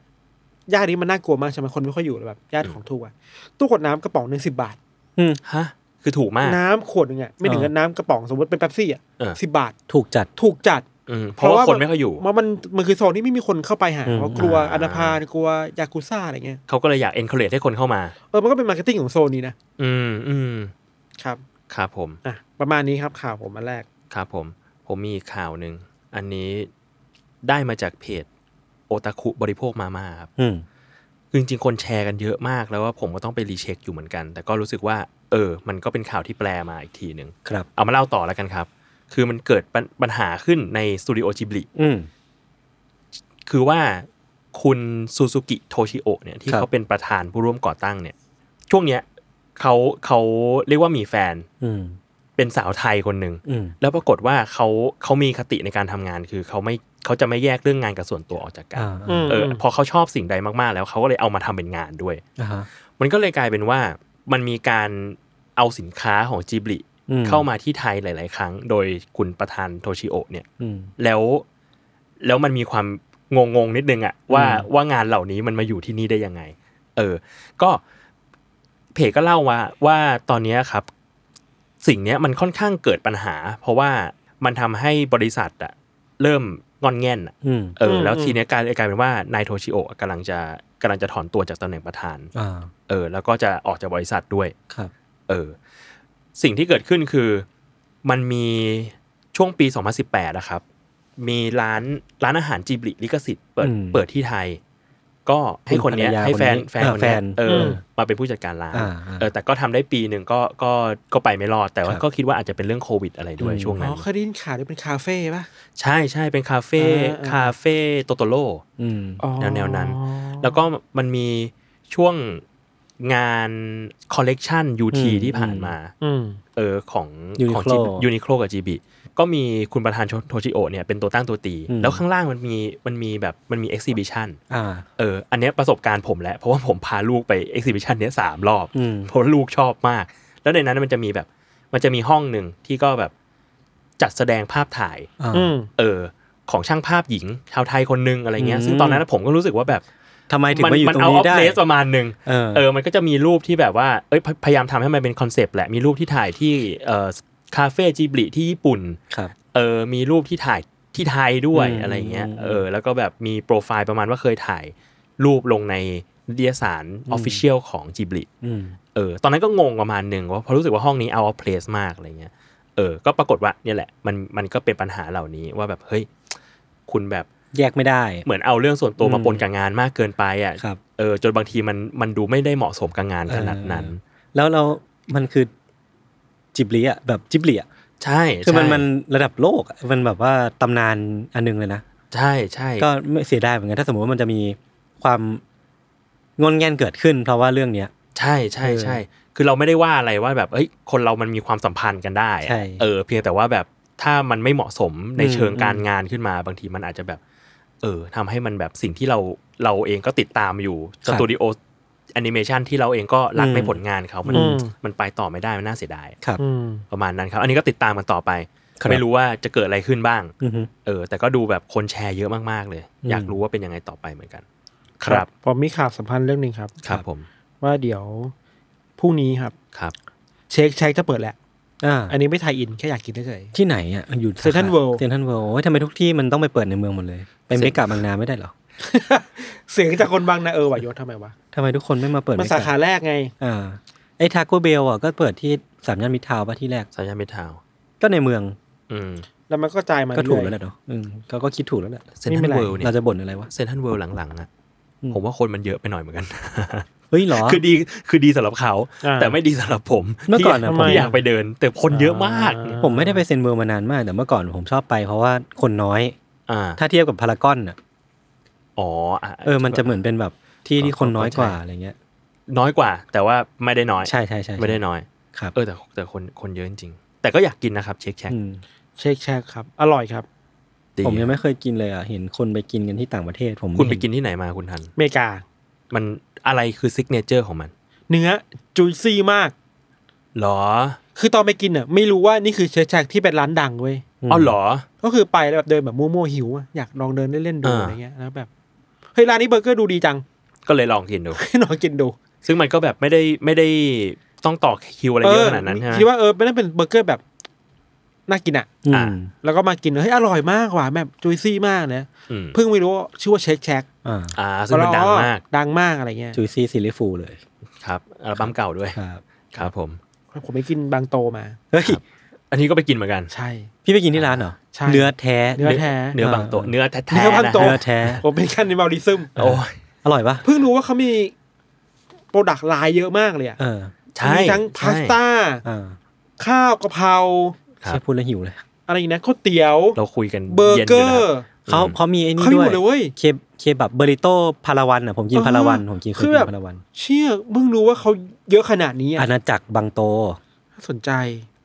D: ย่านนี้มันน่ากลัวมากใช่ไหมคนไม่ค่อยอยู่เลยแบบย่านของถูกอ่ะตู้กดน้ำกระป๋องหนึ่งสิบบาท
C: ฮะ คือถูกมาก
D: น้ำขวดหนึ่งอ่ะไม่ถึงกับน้ำกระป๋องสมมติเป็นเป๊ปซี่อ่ะ
C: เออ
D: สิบบาท
B: ถูกจัด
D: ถูกจัด
C: อืมเพราะว่าคนไม่ค่อยอยู่
D: มันมันมันคือโซนที่ไม่มีคนเข้าไปหา
B: อืม
D: เพราะกลัว
C: อ่า
D: อนาพานกลัวยากุซ่าอะไรเงี้ย
C: เขาก็เลยอยาก encourage ให้คนเข้ามา
D: เออมันก็เป็นมาร์เก็ตติ้งของโซนนี้นะ
C: อืมอืม
D: ครับ
C: ครับผม
D: อ่ะประมาณนี้ครับข่าวผมอันแรก
C: ครับผม ผมมีอีกข่าวหนึ่ง อันนี้ได้มาจากเพจโอตาคุบริโภคมาม่าครับ
B: อืม
C: คือจริงๆ คนแชร์กันเยอะมากแล้วว่าผมก็ต้องไปรีเช็คอยู่เหมือนกัน แต่ก็รู้สึกว่า เออ มันก็เป็นข่าวที่แปลมาอีกทีหนึ่ง
B: ครับ
C: เอามาเล่าต่อแล้วกันครับ คือมันเกิดปัญปัญหาขึ้นในสตูดิโอจิบลิ
B: อืม
C: คือว่าคุณซูซูกิโทชิโอะเนี่ยที่
B: ครับ
C: เขาเป็นประธานผู้ร่วมก่อตั้งเนี่ย ช่วงเนี้ยเขาเขาเรียกว่ามีแฟน
B: อืม
C: เป็นสาวไทยคนหนึ่ง
B: อืม
C: แล้วปรากฏว่าเขาเขามีคติในการทำงานคือเขาไม่เขาจะไม่แยกเรื่องงานกับส่วนตัวออกจากกัน
B: อ่า
D: อืม
C: เออพอเขาชอบสิ่งใดมากๆ แล้วเขาก็เลยเอามาทำเป็นงานด้วย
B: อ่าฮะ
C: มันก็เลยกลายเป็นว่ามันมีการเอาสินค้าของจิบลิ
B: อืม
C: เข้ามาที่ไทยหลาย ๆ ครั้ง โดยคุณประธานโทชิโอะเนี่ย
B: อืม
C: แล้วแล้วมันมีความงงงๆนิดนึงอะว่า
B: อืม
C: ว่างานเหล่านี้มันมาอยู่ที่นี่ได้ยังไง เออ ก็เพจก็เล่าว่าว่าตอนเนี้ยครับ สิ่งเนี้ยมันค่อนข้างเกิดปัญหา เพราะว่ามันทำให้บริษัทอะเริ่มงอนแง่นอะ
B: อืม
C: เออ แล้ว
D: อืม
C: ทีเนี้ยกลายกลายเป็นว่านายโทชิโอะกำลังจะกำลังจะถอนตัวจากตำแหน่งประธาน
B: อ่า
C: เออแล้วก็จะออกจากบริษัทด้วย
B: ครับ
C: เออ สิ่งที่เกิดขึ้นคือมันมีช่วงปี 2018นะครับ มีร้านร้านอาหารจิบลิลิขสิทธิ์เปิด
B: อืม
C: เปิดที่ไทย ก็ให้คนเนี้ย
B: คุณภรรยา
C: ให้แฟน
B: คนนี้
C: แฟน
B: อ่า
C: คนเนี้ย
B: แฟน
C: เอออ
D: ม
C: มาเป็นผู้จัดการร้าน
B: อ่าอ่า
C: เออแต่ก็ทำได้ปีหนึ่งก็ก็ก็ไปไม่รอด แต่ว่า
B: ครับ
C: ก็คิดว่าอาจจะเป็นเรื่องโควิดอะไรด้วย
B: อืม
C: ช่วง
D: อ๋
C: นั้
D: อน เคยได้ยินข่าวที่เป็นคาเฟ่ปะ
C: ใช่ใช่เป็นคาเฟ่
D: อ่าอ่า
C: คาเฟ่โตโตโร่
B: อืม
D: อ๋อ
C: แนวๆนั้น แล้วก็มันมีช่วงงานคอลเลกชันยูที
B: อืม
C: ที่ผ่านมา
D: อืม
C: เออของ
B: Uniqlo
C: ของยูนิโคลกับจีบีก็มีคุณประธานโทชิโอเนี่ยเป็นตัวตั้งตัวตี
B: อืม
C: แล้วข้างล่างมันมีมันมีแบบมันมีเอ็กซิบิชัน
B: อ่า
C: เอออันเนี้ยประสบการณ์ผมแหละ เพราะว่าผมพาลูกไปเอ็กซิบิชันเนี้ยสามรอบ
B: อืม
C: เพราะว่าลูกชอบมาก แล้วในนั้นมันจะมีแบบ มันจะมีห้องหนึ่งที่ก็แบบจัดแสดงภาพถ่าย
B: อ่า
D: อืม
C: เออ ของช่างภาพหญิงชาวไทยคนหนึงอะไรเงี้ยซึ่งตอนนั้นผมก็รู้สึกว่าแบบ
B: ทำไมถึง
C: มัน
B: มาอยู่
C: มัน
B: ตรง
C: เอาอ
B: นี้
C: อฟ
B: ได้
C: เลสประมาณหนึ่ง
B: เออ
C: เออ มันก็จะมีรูปที่แบบว่า เอ้ยพยพยายามทำให้มันเป็นคอนเซปต์แหละ มีรูปที่ถ่ายที่เอ่อคาเฟ่จิบลิที่ญี่ปุ่น
B: ครับ
C: เออ มีรูปที่ถ่ายที่ไทยด้วย
B: อืม
C: อะไรเงี้ย
B: อืม
C: เออ แล้วก็แบบมีโปรไฟล์ประมาณว่าเคยถ่ายรูปลงในนิตยสารออฟฟิเชียลของจิบลิ
B: อืม
C: เออ ตอนนั้นก็งงประมาณหนึ่งว่าเพราะรู้สึกว่าห้องนี้เอาเพลสมากอะไรเงี้ย เออ ก็ปรากฏว่าเนี่ยแหละ มัน มันก็เป็นปัญหาเหล่านี้ว่าแบบ เฮ้ย คุณแบบ
B: แยกไม่ได้
C: เหมือนเอาเรื่องส่วนตัว
B: อืม
C: มาปนกับงานมากเกินไปอ่ะ
B: ครับ
C: เออ จนบางทีมัน มันดูไม่ได้เหมาะสมกับงานขนาดนั้น
B: เออ แล้วเรา มันคือจิบลีอ่ะแบบจิบลีอ่ะ
C: ใช่
B: คือมัน
C: ใช่
B: มันระดับโลกอะมันแบบว่าตำนานอันหนึงเลยนะ
C: ใช่ใช่
B: ก็ไม่เสียดายเหมือนกันถ้าสมมติว่ามันจะมีความงอนแงนเกิดขึ้น เพราะว่าเรื่องเนี้ย
C: ใช่ใช่ใช่ คือเราไม่ได้ว่าอะไรว่าแบบเอ้ยคนเรามันมีความสัมพันธ์กันได้อะ
B: ใช่
C: เออ เพียงแต่ว่าแบบถ้ามันไม่เหมาะสมใน
B: อืม
C: เชิงการงานขึ้นมาบางทีมันอาจจะแบบ เออทำให้มันแบบสิ่งที่เราเราเองก็ติดตามอยู่สตูดิโอแอนิเมชันที่เราเองก็รักในผลงานเขามัน
D: อืม
C: มันไปต่อไม่ได้มันน่าเสียดาย
B: ครับ
D: อืม
C: ประมาณนั้นครับ อันนี้ก็ติดตามกันต่อไป
B: ครับ
C: ไม่รู้ว่าจะเกิดอะไรขึ้นบ้าง
B: อือฮึ
C: เออ แต่ก็ดูแบบคนแชร์เยอะมากๆเลย
B: อืม
C: อยากรู้ว่าเป็นยังไงต่อไปเหมือนกัน ครับ
D: ผมมีข่าวสัมพันธ์เรื่องหนึ่งครับ
C: ครับผม
D: ว่าเดี๋ยวพรุ่งนี้ครับ
C: ครับ
D: เช็คเช็คจะเปิดแหละ
B: อ่า
D: อันนี้ไม่ไทยอิน แค่อยากกินเฉย
B: ที่ไหนอ่ะอยู่
D: เซ็นทรัลเวิลด์
B: เซนทันเวิลด์โอ้ยทำไมทุกที่มันต้องไปเปิดในเมืองหมดเลย ไปเมกะบางนาไม่ได้เหรอ
D: ๆเสียงจากคนบางนาเออวายศทำไมวะ
B: ทำไมทุกคนไม่มาเปิด
D: มันสาก
B: เมะ
D: ขาแรกไง
B: อ่าไอ้ทาโกเบลอ่ะก็เปิดที่สามย่านมิตรทาวน์ป่ะที่แรก
C: สัญญาณเมทาวน์
B: ก็ในเมือง
C: อืม
D: แล้วมันก็จ่ายมา
B: ก็ถูก
D: เรื่
B: แล้วย
D: อ
B: แหละเนาะอืมเขาก็คิดถูกแล้วแหละ
C: เซน
D: นี่
C: ทั
D: ไม่
C: น
D: ไร
C: เวิลด์เนี่ย
B: เราจะบ่นอะไรวะ
C: เซนทันเวิลด์หลังๆอ่ะ
B: อืม
C: ผมว่าคนมันเยอะไปหน่อยเหมือนกัน
B: เฮ้ยเหรอ
C: คือดีคือดีสำหรับเขา
D: อ่า
C: แต่ไม่ดีสำหรับผม
B: เมื่อก่อนอะ
C: ที่
B: ผม
C: ที่อยากไปเดิน แต่คนเยอะมาก
D: อ่า
B: ผมไม่ได้ไปเซนเวิลด์มานานมาก แต่เมื่อก่อนผมชอบไปเพราะว่าคนน้อย
C: อ่า
B: ถ้าเทียบกับพารากอนอ่ะ
C: อ๋ออ่ะ
B: เออมันจะเหมือนเป็นแบบที่ที่คนน้อยกว่า
C: เข้าใจ
B: อะไรเงี้ย
C: น้อยกว่า แต่ว่าไม่ได้น้อย
B: ใช่ใช่ใช่
C: ไม่ได้น้อย
B: ครับ
C: เออแต่แต่คนคนเยอะจริงๆแต่ก็อยากกินนะครับ เช็คแช็ค
B: อืม
D: เช็คแช็คครับ อร่อยครับ
C: ดี
B: ผมยังไม่เคยกินเลยอ่ะเห็นคนไปกินกันที่ต่างประเทศ ผม
C: คุณไป
B: เห็
C: กินที่ไหนมาคุณทัน
D: อเมริกา
C: มันอะไรคือซิกเนเจอร์ของมัน
D: เนื้อจุยซี่มาก
C: หรอ
D: คือตอนไปกินอ่ะไม่รู้ว่านี่คือเช็คแช็คที่เป็นร้านดังเว้ย
C: อ๋อเหรอ
D: ก็คือไปแล้วแบบเดินแบบมั่วๆหิวอะอยากลองเดินเล่นๆดู
C: อ่า
D: อะไรเงี้ยแล้วแบบเฮ้ยร้านนี้เบอร์เกอร์ดูดีจัง
C: ก็เลยลองกินดู
D: ให้ลองกินดู
C: ซึ่งมันก็แบบไม่ได้ไม่ได้ต้องต่อคิวอะไรเยอะขนาดนั้นใช่ไหม
D: คิดว่าเออไม่ได้เป็นเบอร์เกอร์แบบน่ากินอ่ะ
B: อืม
C: อ่า
D: แล้วก็มากินเฮ้ยอร่อยมากว่ะแบบจุยซี่มากนะ
C: อืม
D: เพิ่งไม่รู้ว่าชื่อว่าเช็คแช็ค
B: อ่า
C: อ่าซึ่งมันดังมาก
D: ดังมากอะไรเงี้ย
B: จุยซี่ซิลิฟูเลย
C: ครับอัลบั้มเก่าด้วย
B: ครับ
C: ครับผม
D: ผมไปกินบางโตมา
B: เฮ้ย
C: อันนี้ก็ไปกินเหมือนกัน
D: ใช่
B: พี่ไปกินที่ร้านเหรอ
D: ใช่
B: เนื้อแท้
D: เนื้อแท้
C: เนื้อบางโตะ
B: อ่า
C: เนื้อแท้
D: เนื้อ
C: ๆ
D: บาง
C: นะ
D: โต๊ะ
B: เนื้อแท้
D: ผมเป็นแคันนิบาลิซึม
C: โอ้ย
B: อร่อยปะ
D: เพิ่งรู้ว่าเขามีโปรดักต์ลายเยอะมากเลยอ่ะ
B: เออ
C: ใช่
D: มีทั้งพาส
C: ใช่
D: ต้า
B: อ่า
D: ข้าวกะเพรา
C: ครับ
B: ใช่พูดแล้วหิวเลย
D: อะไรอีกนะข้าวเตี๋ยว
C: เราคุยกัน
D: เบอร์
C: ย็น
D: เก
C: ยู่
D: อ
C: นะคบ
D: ร์
B: เขาเขามีไอ้นี่
D: เขา
B: ด้
D: มี
B: วย
D: หมดเลยเว้ย
B: เคบเคบับเบอริโต้พาราวันอ่ะผมกิน
D: อ่า
B: พาราวันผมกินเคย
D: คือ
B: กิ
D: แบบ
B: นพาราวัน
D: เชี่ยมึงรู้ว่าเขาเยอะขนาดนี้
B: อา
D: อ่ะ
B: ณาจักรบางโต
D: น่าสนใจ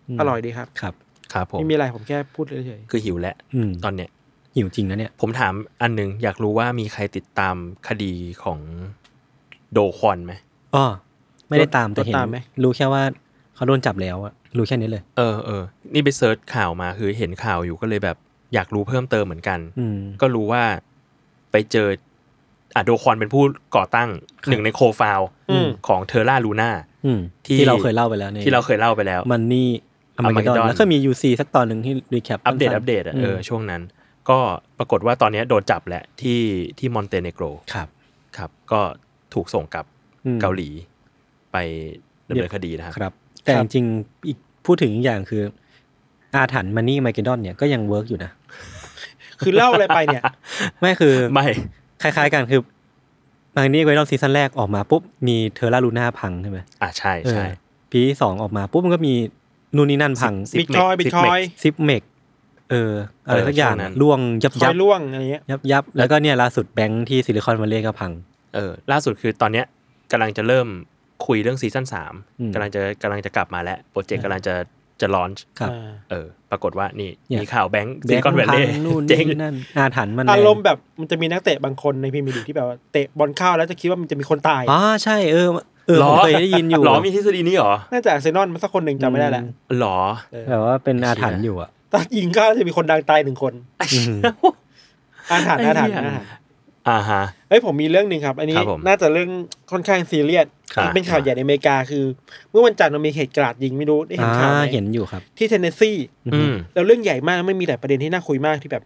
B: อืม
D: อร่อยดีครับ
B: ครับ
C: ครับผม
D: ไม่มีอะไรผมแค่พูดเฉย
C: คือหิวแล้ว
B: อืม
C: ตอนเนี้ย
B: หิวจริงนะเนี่ย
C: ผมถามอันหนึ่งอยากรู้ว่ามีใครติดตามคดีของโดควอนไหม
B: อ๋อไม่ได้ตามแต่เห็น
D: ตามไหม
B: รู้แค่ว่าเขาโดนจับแล้วอะรู้แค่นี้เลย
C: เออเออนี่ไปเซิร์ชข่าวมาคือเห็นข่าวอยู่ก็เลยแบบอยากรู้เพิ่มเติมเหมือนกัน
B: อืม
C: ก็รู้ว่าไปเจออะโดควอนเป็นผู้ก่อตั้งหนึ่งในโคฟาว
D: อืม
C: ของเทอร่าลูน่า
B: อืม
C: ที่
B: ที่เราเคยเล่าไปแล้วใน
C: ที่เราเคยเล่าไปแล้ว
B: มันนี่อเมริกา
C: Armageddon
B: แล้วก็มียูซีสักตอนหนึ่งที่รีแคป
C: อัปเดต
B: สั้นๆ
C: อัปเดตอะ
B: ม
C: เออช่วงนั้น ก็ปรากฏว่าตอนเนี้ยโดนจับแหละที่ที่มอนเตเนโกร
B: ครับ
C: ครับ ก็ถูกส่งกลับ
B: อืม
C: เกาหลี ไปดำเนินคดีนะครับ
B: ครับแต่
D: ครั
B: จ
D: บ
B: ริงๆอีกพูดถึงอีกอย่างคือ อาถรรพ์มันนี่ไมเกดอนเนี่ยก็ยังเวิร์กอยู่นะ
D: ๆ คือเล่าอะไรไป เนี่ย
B: ไม่คือ
C: ไม่
B: คล้ายๆกันคือมันนี่ไมเกดอนซีซั่นแรกออกมาปุ๊บมีเทอร่าลูน่าพังใช่ไหม
C: อ่ะใช่ใช่
B: เออปีที่สองออกมาปุ๊บมันก็มีนู่นนี่นั่นพัง
C: สิบ
D: บิตคอยน์บิตคอยน์
B: ซิปเมกเอออะไรสักอย่าง
C: เออช่วงนั้น
B: ล่วงยับ
D: คอ
B: ยั
D: ย
B: บ
D: ล่วงอะไรเงี้ย
B: ยับยับแล้วก็เนี่ยล่าสุดแบงค์ที่ซิลิคอนวัลเลย์ก็พัง
C: เออล่าสุดคือตอนเนี้ยกำลังจะเริ่มคุยเรื่องซีซั่นสาม
B: อืม
C: กำลังจะกำลังจะกลับมาแล้ว โปรเจกต์กำลังจะจะลอนช์
B: ครับ
C: เออ ปรากฏว่านี่
B: เนี่ย
C: มีข่าวแบงค์ซิลิคอนแวล
B: พั
C: เลย์
B: นู่น
C: เจ๊ง
B: นี่นั่นอาถรรพ์มันแง
D: อารมณ์แบบมันจะมีนักเตะบางคนในพรีเมียร์ลีกที่แบบว่าเตะบอลเข้าแล้วจะคิดว่ามันจะมีคนตาย
B: อ๋อใช่เออเออ
C: หร
B: ผ
C: อ
B: มเคยได้ยินอยู่
C: หรอมีทฤษฎีนี้หรอ
D: น่าจะอาร์เซนอลมันสักคนหนึ่งจำไม่ได้แหละ
C: หรอ
D: เออ
B: แบบว่าเป็นอาถรรพ์อยู่อะ
D: ตอนยิงก็จะมีคนดังตายหนึ่งคน
B: อืม
D: อาหารอาหาร
C: ไอ้เหี้ย
D: อาหาร
C: อ่าฮะ
D: เอ้ยผมมีเรื่องหนึ่งครับ อันนี้
C: ครับผม
D: น่าจะเรื่องค่อนข้างซีเรียส
C: ครับ
D: เป็นข่าวใหญ่ในอเมริกาคือ เมื่อวันจันทร์มันมีเหตุกราดยิงไม่รู้ได้เห็น
B: อ่า
D: ข่าวไหม
B: เห็นอยู่ครับ
D: ที่เทนเนสซี
C: อืม
D: แล้วเรื่องใหญ่มากไม่มีแต่ประเด็นที่น่าคุยมากที่แบบ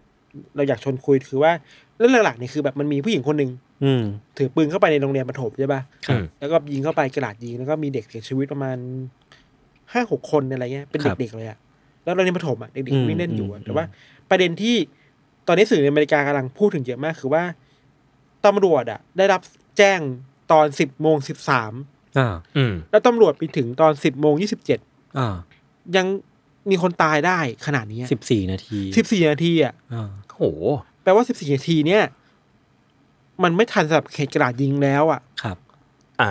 D: เราอยากชวนคุยคือว่าเรื่องหลักๆเนี่ยคือแบบมันมีผู้หญิงคนหนึ่ง
B: อืม
D: ถือปืนเข้าไปในโรงเรียนประถมใช่ปะ
C: ครับ
D: แล้วก็ยิงเข้าไปกระดาษยิงแล้วก็มีเด็กเสียชีวิตประมาณห้าหกคนอะไรเงี้ยเป็น
B: ครับ
D: เด็กๆเลยอะแล้วโรงเรียนประถมอะเด็ก
B: อืม
D: ๆวิ่งเล่นอยู่อะ
B: อืม
D: แต่ว่า ประเด็นที่ตอนนี้สื่อในอเมริกากำลังพูดถึงเยอะมากคือว่าตำรวจอะได้รับแจ้งตอนสิบโมงสิบสาม
B: อ่า
C: อืม
D: แล้วตำรวจไปถึงตอนสิบโมงยี่สิบเจ็ด
B: อ่า
D: ยังมีคนตายได้ขนาดนี้
B: สิบสี่นาที
D: สิบสี่นาทีอะ
B: อ่า
C: โห
D: แปลว่า 14 นาทีเนี่ย มันไม่ทันสำหรับเขตกระดาษยิงแล้วอะ่ะ
B: ครับ
C: อ่า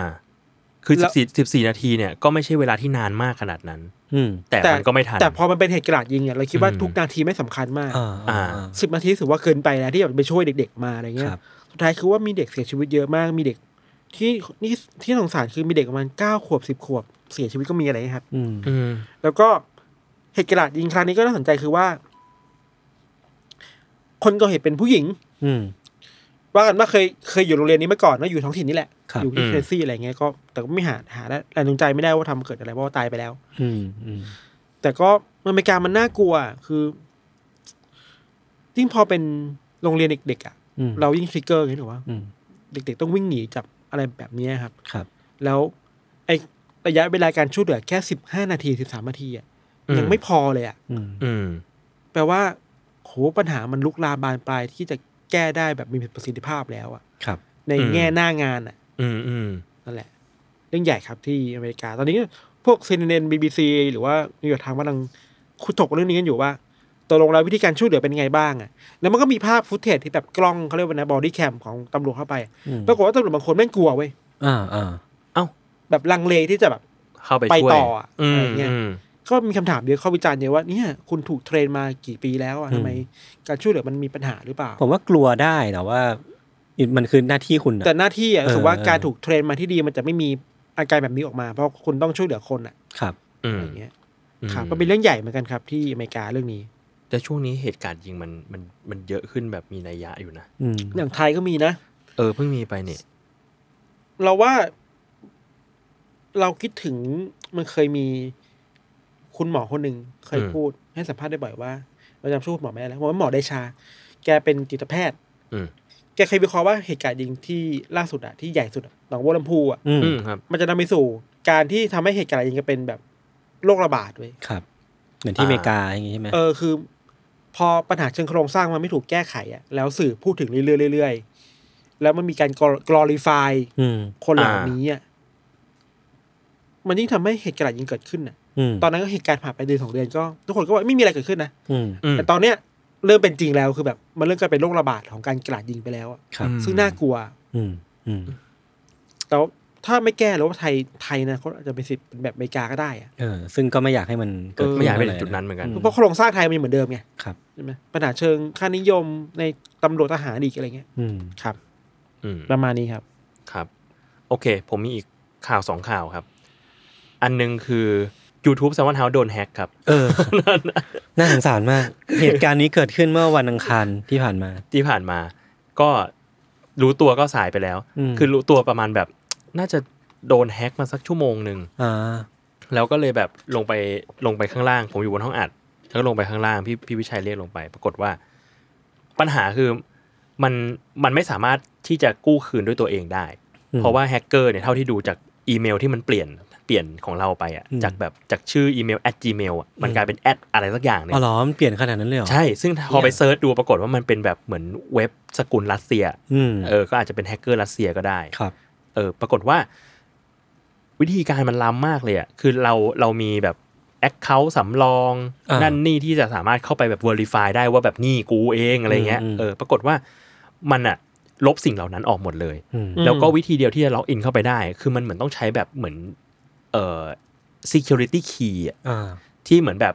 C: คือ
D: แล้
C: สิ
D: ว
C: บสี่สิบสี่นาทีเนี่ยก็ไม่ใช่เวลาที่นานมากขนาดนั้น
B: อืม
C: แต่มันก็ไม่ทัน
D: แต่พอมันเป็นเหตุกระดาษยิงเนี่ยเราคิดว่า
C: อืม
D: ทุกนาทีไม่สำคัญมาก
B: อ่าอ่า
D: สิบนาทีถือว่าเกินไปแล้วที่แบบไปช่วยเด็กๆมาอะไรเงี้ย
B: ครับ
D: สุดท้ายคือว่ามีเด็กเสียชีวิตเยอะมาก มีเด็ก ที่นี่ที่สงสารคือมีเด็กประมาณเก้าขวบสิบขวบเสียชีวิตก็มีอะไรเงี้ยครับ
B: อืม
C: อืม
D: แล้วก็เหตุกระดาษยิงครั้งนี้ก็น่าสนใจคือว่า คนก่อเหตุเป็นผู้หญิง
B: อืม
D: ว่ากันว่าเคยเคยอยู่โรงเรียนนี้มาก่อนเนอะอยู่ท้องถิ่นนี่แหละ
B: ครับ
D: อยู่ที่
C: อืม
D: เทนซีอะไรเงี้ยก็แต่ก็ไม่หาหาและแรงจูงใจไม่ได้ว่าทำเกิดอะไรเพราะว่าตายไปแล้ว
B: อืมอืม
D: แต่ก็อเมริกามันน่ากลัวอะคือยิ่งพอเป็นโรงเรียนเด็กๆอ่ะ
B: อืม
D: เรายิ่งทริกเกอร์เห็นหรือว่า
B: อืม
D: เด็กๆต้องวิ่งหนีจากอะไรแบบเนี้ยครับ
B: ครับ
D: แล้วไอระยะเวลาการช่วยเหลือแค่สิบห้านาทีสิบสามนาทีอ่ะ
C: อืม
D: ยังไม่พอเลยอ่ะ
B: อืม
C: อืม
D: แปลว่าโหปัญหามันลุกลามบานปลายที่จะแก้ได้แบบมีประสิทธิภาพแล้วอ่ะ
B: ครับ
D: ใน
C: อืม
D: แง่หน้างานอ่ะ
C: อืมอืม
D: นั่นแหละ เรื่องใหญ่ครับที่อเมริกา ตอนนี้พวก CNN BBC หรือว่านิวยอร์กไทม์กำลังคุยถกเรื่องนี้กันอยู่ว่าตกลงแล้ววิธีการช่วยเหลือเป็นไงบ้างอะแล้วมันก็มีภาพฟุตเทจที่แบบกล้องเขาเรียกว่านะบอดี้แคมของตำรวจเข้าไปอะ
B: อืม
D: ปรากฏว่าตำรวจบางคนแม่งกลัวเว้ย
B: อ่าอ่า
D: แบบลังเลที่จะแบบ
C: เข้าไป
D: ไป
C: ช่วย
D: ต่ออะ
C: อื
D: อะไร
C: ม
D: เงี้ย
C: อืม
D: ก็มีคำถามเยอะเข้าวิจารณ์เยอะว่าเนี่ยคุณถูกเทรนมากี่ปีแล้วอะทำไมการช่วยเหลือมันมีปัญหาหรือเปล่า
B: ผมว่ากลัวได้แต่ว่ามันคือหน้าที่คุณอะ
D: แต่หน้าที่อะ
B: เออ
D: รู้สึกว่า
B: เออ
D: การถูกเทรนมาที่ดีมันจะไม่มีอาการแบบนี้ออกมา เพราะคุณต้องช่วยเหลือคนอะ
B: ครับ
C: อื
D: อะไร
C: ม
D: เงี้ย
C: อืม
D: ครับก็เป็นเรื่องใหญ่เหมือนกันครับ ที่อเมริกาเรื่องนี้
C: แต่ช่วงนี้เหตุการณ์ยิงมันมันมันเยอะขึ้นแบบมีนัยยะอยู่นะ
B: อืม
D: อย่างไทยก็มีนะ
C: เออเพิ่งมีไปเนี่ย
D: เราว่า เราคิดถึงมันเคยมีคุณหมอคนหนึ่งเคย
C: อืม
D: พูด ให้สัมภาษณ์ได้บ่อยว่าเราจำชื่อคุณหมอไม่ได้แล้วผมว่าหมอเดชา แกเป็นจิตแพทย์
C: อืม
D: แกเคยวิเคราะห์ว่าเหตุการณ์ยิงที่ล่าสุดอะที่ใหญ่สุดอะหนองบัวลำพูอะ
B: อืม
C: อืมครับ
D: มันจะนำไปสู่การที่ทำให้เหตุการณ์ยิงกลายเป็นแบบโรคระบาดเว้ย
B: ครับ เหมือนที่อเมริกาอย่างงี้ใช่ไหม
D: เออคือ พอปัญหาเชิงโครงสร้างมันไม่ถูกแก้ไขอะแล้วสื่อพูดถึงเรื่อยๆเรื่อยๆแล้วมันมีการกลอริฟาย
B: อืม
D: คนเหล่า
C: อ่า
D: นี้อ่ะมันยิ่งทำให้เหตุการณ์ยิงเกิดขึ้นน่ะ
B: อืม
D: ตอนนั้นก็เหตุการณ์ผ่านไปเดือนสองเดือนก็ทุกคนก็ว่าไม่มีอะไรเกิดขึ้นนะ
B: อืม
C: อืม
D: แต่ตอนเนี้ยเริ่มเป็นจริงแล้วคือแบบ มันเริ่มกลายเป็นโรคระบาดของการกราดยิงไปแล้วอะ
B: ครับ
C: อืม
D: ซึ่งน่ากลัว
B: อืมอืม
D: แต่ว่าถ้าไม่แก้แล้วว่าไทยไทยนะเขาอาจจะเป็นสิทธิ์เป็นแบบอเมริกาก็ได้อะ
B: เออ ซึ่งก็ไม่อยากให้มันเกิด
C: ไม่อยากให้
B: ะ
C: ไปถึงจุดนั้นเหมือนกัน
B: ม
D: เพราะโครงสร้างไทยมันยังเหมือนเดิมไง
B: ครับ
D: ใช่ไหมปัญหาเชิงค่านิยมในตำรวจทหารอีกอะไรเงี้ย
B: อืม
D: ครับ
C: อืม
D: ประมาณนี้ครับ
C: ครับ โอเค ผมมีอีกข่าวสองข่าวครับ อันหนึงคือ YouTube สม h นเฮาโดนแฮกครับ
B: เอ อน่าสงสารมาก เหตุการณ์นี้เกิดขึ้นเมื่อวันอังคารที่ผ่านมา
C: ที่ผ่านมา ก็รู้ตัวก็สายไปแล้ว
B: อืม
C: คือรู้ตัวประมาณแบบ น่าจะโดนแฮกมาสักชั่วโมงหนึ่ง
B: อ่า
C: แล้วก็เลยแบบลงไปลงไปข้างล่าง ผมอยู่บนห้องอัดแล้วก็ลงไปข้างล่างพี่พี่วิชัยเรียกลงไป ปรากฏว่า ปัญหาคือมันมันไม่สามารถที่จะกู้คืนด้วยตัวเองได้
B: อืม
C: เพราะว่าแฮกเกอร์เนี่ยเท่าที่ดูจากอีเมลที่มันเปลี่ยนเปลี่ยนของเราไปอ่ะ
B: อืม
C: จากแบบจากชื่ออีเมล at gmail อ่ะมันกลายเป็น at อะไรสักอย่างเนี่ย
B: อ๋อเหรอมันเปลี่ยนขนาดนั้นเลยเหรอ
C: ใช่ ซึ่งพอไปเซิร์ชดูปรากฏว่ามันเป็นแบบเหมือนเว็บสกุลรัสเซีย
B: อืม
C: เออก็อาจจะเป็นแฮกเกอร์รัสเซียก็ได้
B: ครับ
C: เออปรากฏว่า วิธีการมันล้ำมากเลยอ่ะคือเราเรามีแบบแอคเคาท์สำรอง
B: อ่านั่
C: นั่นนี่ที่จะสามารถเข้าไปแบบ Verify ได้ว่าแบบนี่กูเองอะไรเงี้ย
B: อืมอืม
C: เออปรากฏว่ามันอ่ะ ลบสิ่งเหล่านั้นออกหมดเลย
B: อืม
D: อืม
C: แล้วก็วิธีเดียวที่จะล็อกอินเข้าไปได้ คือมันเหมือนต้องใช้แบบเหมือนเอ่อ security key อะ
B: อ่า
C: ที่เหมือนแบบ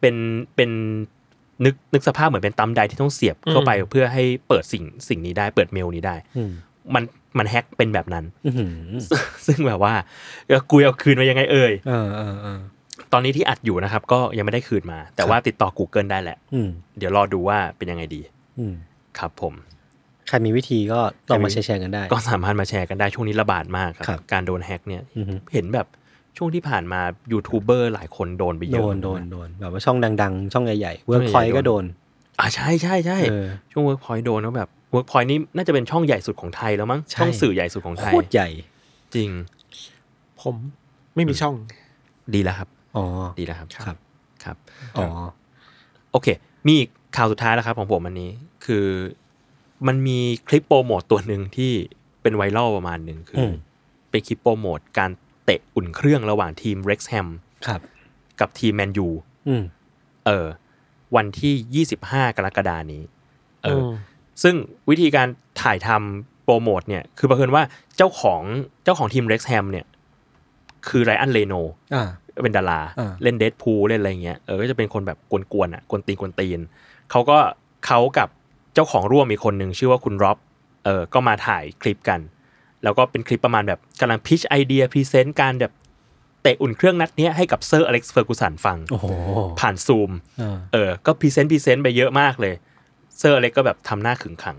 C: เป็นเป็นนึกนึกสภาพเหมือนเป็นตำไดที่ต้องเสียบเข้าไปเพื่อให้เปิดสิ่งสิ่งนี้ได้เปิดเมลนี้ได้
B: อืม
C: มันมันแฮ็กเป็นแบบนั้น
B: อื้อหือ
C: ซึ่งแบบว่าเออกูเอาคืนมายังไงเอ่ย
B: เออเออเออ
C: ตอนนี้ที่อัดอยู่นะครับ ก็ยังไม่ได้คืนมา แต่ว่าติดต่อ Google ได้แหละ
B: อืม
C: เดี๋ยวรอดูว่าเป็นยังไงดี
B: อืม
C: ครับผม
B: ใครมีวิธีก็ลองมาแชร์ๆกันได้
C: ก็สามารถมาแชร์กันได้ช่วงนี้ระบาดมากค
B: ครั
C: รับ
B: บ
C: การโดนแฮ็กเนี่ย
B: อือฮึ
C: เห็นแบบช่วงที่ผ่านมายูทูบเบอร์หลายคนโดนไปเย
B: โด
C: อะ
B: นโดน
C: เหมือกั
B: โดนแบบว่าช่องดังๆ ช่องใหญ่ๆเวิร์ก
C: ช่อง
B: พอย
C: ใหญ่ๆ
B: ก็
C: โด
B: โด
C: น
B: น
C: อ่ะใช่ใช่ใช่
B: เออ
C: ช่วงเวิร์กพอยต์โดนแล้วแบบเวิร์กพอยต์นี้น่าจะเป็นช่องใหญ่สุดของไทยแล้วมั้ง
B: ใช่
C: ช่องสื่อใหญ่สุดของไท
B: โค
C: ย
B: ตรใหญ่
C: จริง
D: ผมไม่มีช่อง
C: ดีแล้วครับ
B: อ๋อ
C: ดีแล้วครับ
B: ครับ
C: ครับ
B: อ๋อ
C: โอเค มีอีกข่าวสุดท้ายแล้วครับของผมอันนี้ คือมันมีคลิปโปรโมทตัวหนึ่งที่เป็นไวรัลประมาณหนึ่งคืออ
B: ม
C: เป็นคลิปโปรโมทการเตะอุ่นเครื่องระหว่างทีมเร็กซ์แฮม
B: ครับ
C: กับทีมแมนยู
B: อืม
C: เออวันที่ 25 กรกฎานี้ เอออ
D: ม
C: ซึ่งวิธีการถ่ายทำโปรโมทเนี่ย คือบังเอิญว่าเจ้าของเจ้าของทีมเร็กซ์แฮมเนี่ย คือไรอันเลโน
B: อ่า
C: เป็นดารา
B: อ่า
C: เล่นเด p พูเล่นอะไรเงี้ยเออก็จะเป็นคนแบบกวนๆอ่ะกวนตีนกวนตีนเขาก็เขากับเจ้าของร่วมอีกคนหนึ่งชื่อว่าคุณร็อบเออก็มาถ่ายคลิปกัน แล้วก็เป็นคลิปประมาณแบบกำลังพิชไอเดียพรีเซนต์การแบบเตะอุ่นเครื่องนัดเนี้ยให้กับเซอร์อเล็กซ์เฟอร์กูสันฟัง
B: โอ้โห
C: ผ่านซูม
B: อ่า
C: เออ ก็พรีเซนต์พรีเซนต์ไปเยอะมากเลย เซอร์อเล็กก็แบบทำหน้าขึงขัง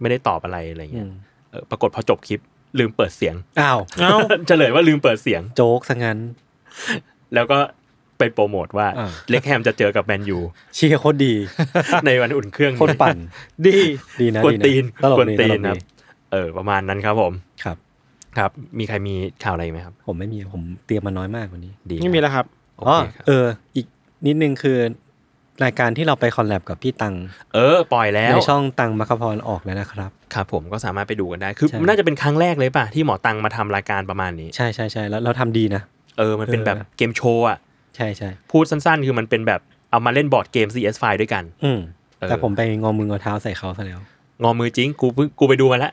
C: ไม่ได้ตอบอะไรอะไร
B: อื
C: เงี้ย
B: ม
C: เออปรากฏพอจบคลิปลืมเปิดเสียง
B: อ้าว
C: เฉลยว่าลืมเปิดเสียง
B: โจ๊กซะงั้น
C: แล้วก็ไปโปรโมทว่า
B: อ่า
C: เล็กแฮมจะเจอกับแมน ยู
B: เชียร์โคตรดี
C: ในวันอุ่นเครื่อง
B: คนปั่น
C: ดี
B: ดีนะ
C: กวน
B: ดีะ
C: ตีน
B: ตลก
C: กวน
B: ดี
C: ตี
B: ตลก
C: นค
B: ดี
C: รับ เออ ประมาณนั้นครับผม
B: ครับ
C: ครับ มีใครมีข่าวอะไรไหมครับ
B: ผมไม่มีผมเตรียมมาน้อยมากกว่านี้
C: ดี
D: ไม่มีแล้วครับ
C: โอ
B: อ๋อ
C: เคครับ
B: เออ อีกนิดนึงคือรายการที่เราไปคอลแลบกับพี่ตัง
C: เออ ปล่อยแล้ว
B: ในช่องตังมัคคพรออกแล้วนะครับ
C: ครับผมก็สามารถไปดูกันได้ คือ
B: ใช่
C: มันน่าจะเป็นครั้งแรกเลยป่ะ ที่หมอตังมาทำรายการประมาณนี้
B: ใช่ใช่ใช่แล้วเราทำดีนะ
C: เออ มันเป็น
B: เออ
C: แบบเกมโชว์อ่ะ
B: ใช่ใช่
C: พูดสั้นๆ คือมันเป็นแบบเอามาเล่นบอร์ดเกม CS5 ด้วยกัน
B: อืม
C: เออ
B: แต่ผมไปงอมืองอเท้าใส่เขาซะแล้ว
C: งอมือจริง กูเพิ่งกูไปดูมาแล้ว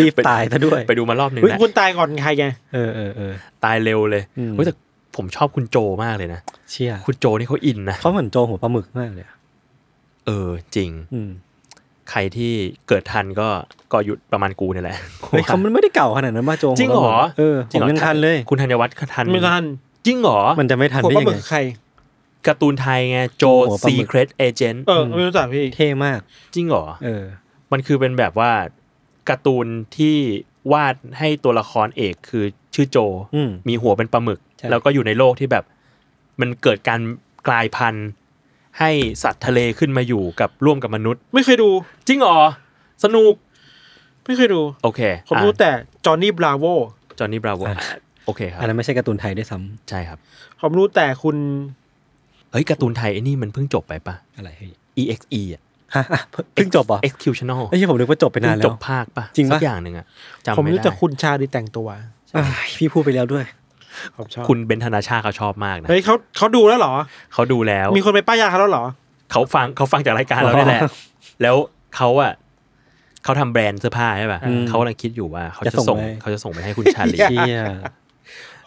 B: รีบตายซะด้วย
C: ไปดูมารอบหนึ่ง
D: เฮ้ย
C: แล้ว
D: คุณตายก่อนใครไง
B: เออเออเออ
C: ตายเร็วเลย
B: อืม
C: เฮ้ยแต่ผมชอบคุณโจมากเลยนะ
B: เชี่ย
C: คุณโจนี่เขาอินนะ
B: เขาเหมือนโจหัวปลาหมึกมากเลยอะ
C: เออจริง
B: อืม
C: ใครที่เกิดทันก็ก็อายุดประมาณกูเนี่ยแหละ
B: เฮ้ยเขามันไม่ได้เก่าขนาดนั้นป่ะโจ
C: จริงเหร
B: วป
C: อ
B: ลามึกะเออ
C: จ
B: ผ
C: ริ
B: ม
C: หรอ
B: ยังทันเลย
C: คุณธัญวัฒน์ก็ทัน
D: ไม่ทัน
C: จริงเหรอ
B: มันจะไม่ทัน
D: ผม
B: ได้
D: ป
B: ยั
D: ลา
B: ง
D: หมึ
B: ไง
D: กใคร
C: การ์ตูนไทยไงโจ
B: โอ้โหปลาหมึก
C: Secret Agent
D: เออ ไม่รู้จักพี่
B: เท่มาก
C: จริงเหรอ
B: เออ
C: มันคือเป็นแบบว่าการ์ตูนที่วาดให้ตัวละครเอกคือชื่อโจ
B: อืม
C: มีหัวเป็นปลาหมึก
B: ใช่
C: แล้วก็อยู่ในโลกที่แบบมันเกิดการกลายพันธุ์ ให้สัตว์ทะเลขึ้นมาอยู่กับร่วมกับมนุษย์
D: ไม่เคยดู
C: จริงเหรอสนุก
D: ไม่เคยดู
C: โอเค
D: ผมรู้แต่จอห์นนี่บราโว
C: จอห์นนี่บราโวโอเคครับ
B: อันนั้นไม่ใช่การ์ตูนไทยด้วยซ้
C: ใช่ครับ
D: ผมรู้แต่คุณ
C: เฮ้ยการ์ตูนไทยไอ้นี่มันเพิ่งจบไปปะ
B: ำอะไรเฮ้ย
C: EXE อะ
B: ฮะอ่ะเพิ่งเพิ่งจ บเหรอ
C: Executional
B: ไอ้ที่ผมนึกว่าจบไป
C: เพิ่
B: นาง น
C: จ
B: แล้ว
C: บภาคปะ
B: จริงปะ
C: สักอย่างหนึ่งอะจำ
D: ผม
C: ไม่
D: รู้
C: ได้
D: จักคุณชาดีแต่งตัว
B: อ้ายพี่พูดไปแล้วด้วย
D: ผมชอบ
C: คุณเบนธนาชาเขาชอบมากนะ
D: เฮ้ยเขาเขาดูแล้วเหรอ
C: เขาดูแล้ว
D: มีคนไปป้ายยาเขาแล้วเหรอ
C: เขาฟังเขาฟังจากรายการเราได้แหละแล้วเขาอะเขาทำแบรนด์เสื้อผ้าใช่ป่ะ
B: อืม
C: เขากำลังคิดอยู่ว่าเขาจะ
B: จะส่
C: ส่ง
B: งไป
C: เขาจะส่งไปให้คุณชาลี
B: เชี่ย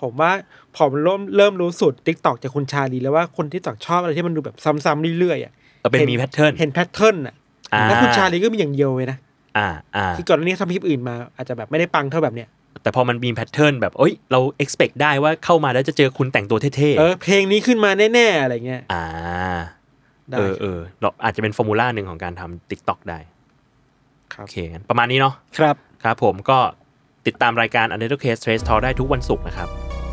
D: ผมว่าผมเริ่มเริ่มรู้สูตรทิกตอกจากคุณชาลีแล้วว่าคนที่ตอกชอบอะไรที่มันดูแบบซ้ำๆเรื่อยๆอ่ะ
C: ก็เป็นมีแพทเทิร์น
D: เห็นแพทเทิร์นอ่ะ
C: อ่า
D: แล้วคุณชาลีก็มีอย่างเดียวเลยนะ
C: อ่าอ่า
D: คือก่อนหน้านี้ทำคลิปอื่นมาอาจจะแบบไม่ได้ปังเท่าแบบเนี้ย
C: แต่พอมันมีแพทเทิร์นแบบเอ้ยเรา expect ได้ว่าเข้ามาแล้วจะเจอคุณแต่งตัวเท่
D: เออ เพลงนี้ขึ้นมาแน่ๆอะไรเงี้ย
C: ๆอ่า
D: ได้
C: เออเออเราอาจจะเป็นฟอร์มูล่าหนึ่งของการทำ TikTok ได้
D: ครับ
C: โอเคงั้นประมาณนี้เนาะ
B: ครับ
C: ครับผมก็ติดตามรายการ u n d e r t a l Case Trace Talk ได้ทุกวันศุกร์นะครับ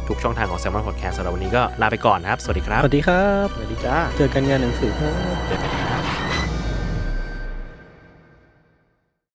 C: ทุกช่องทางของ s ซ l m o n Podcast สำหรับวันนี้ก็ลาไปก่อนนะครับ สวัสดีครับ
B: สวัสดีครับ
D: สวัสดีจ้า
B: เจอกันงานหนังสือครับ
C: เจอกันครับ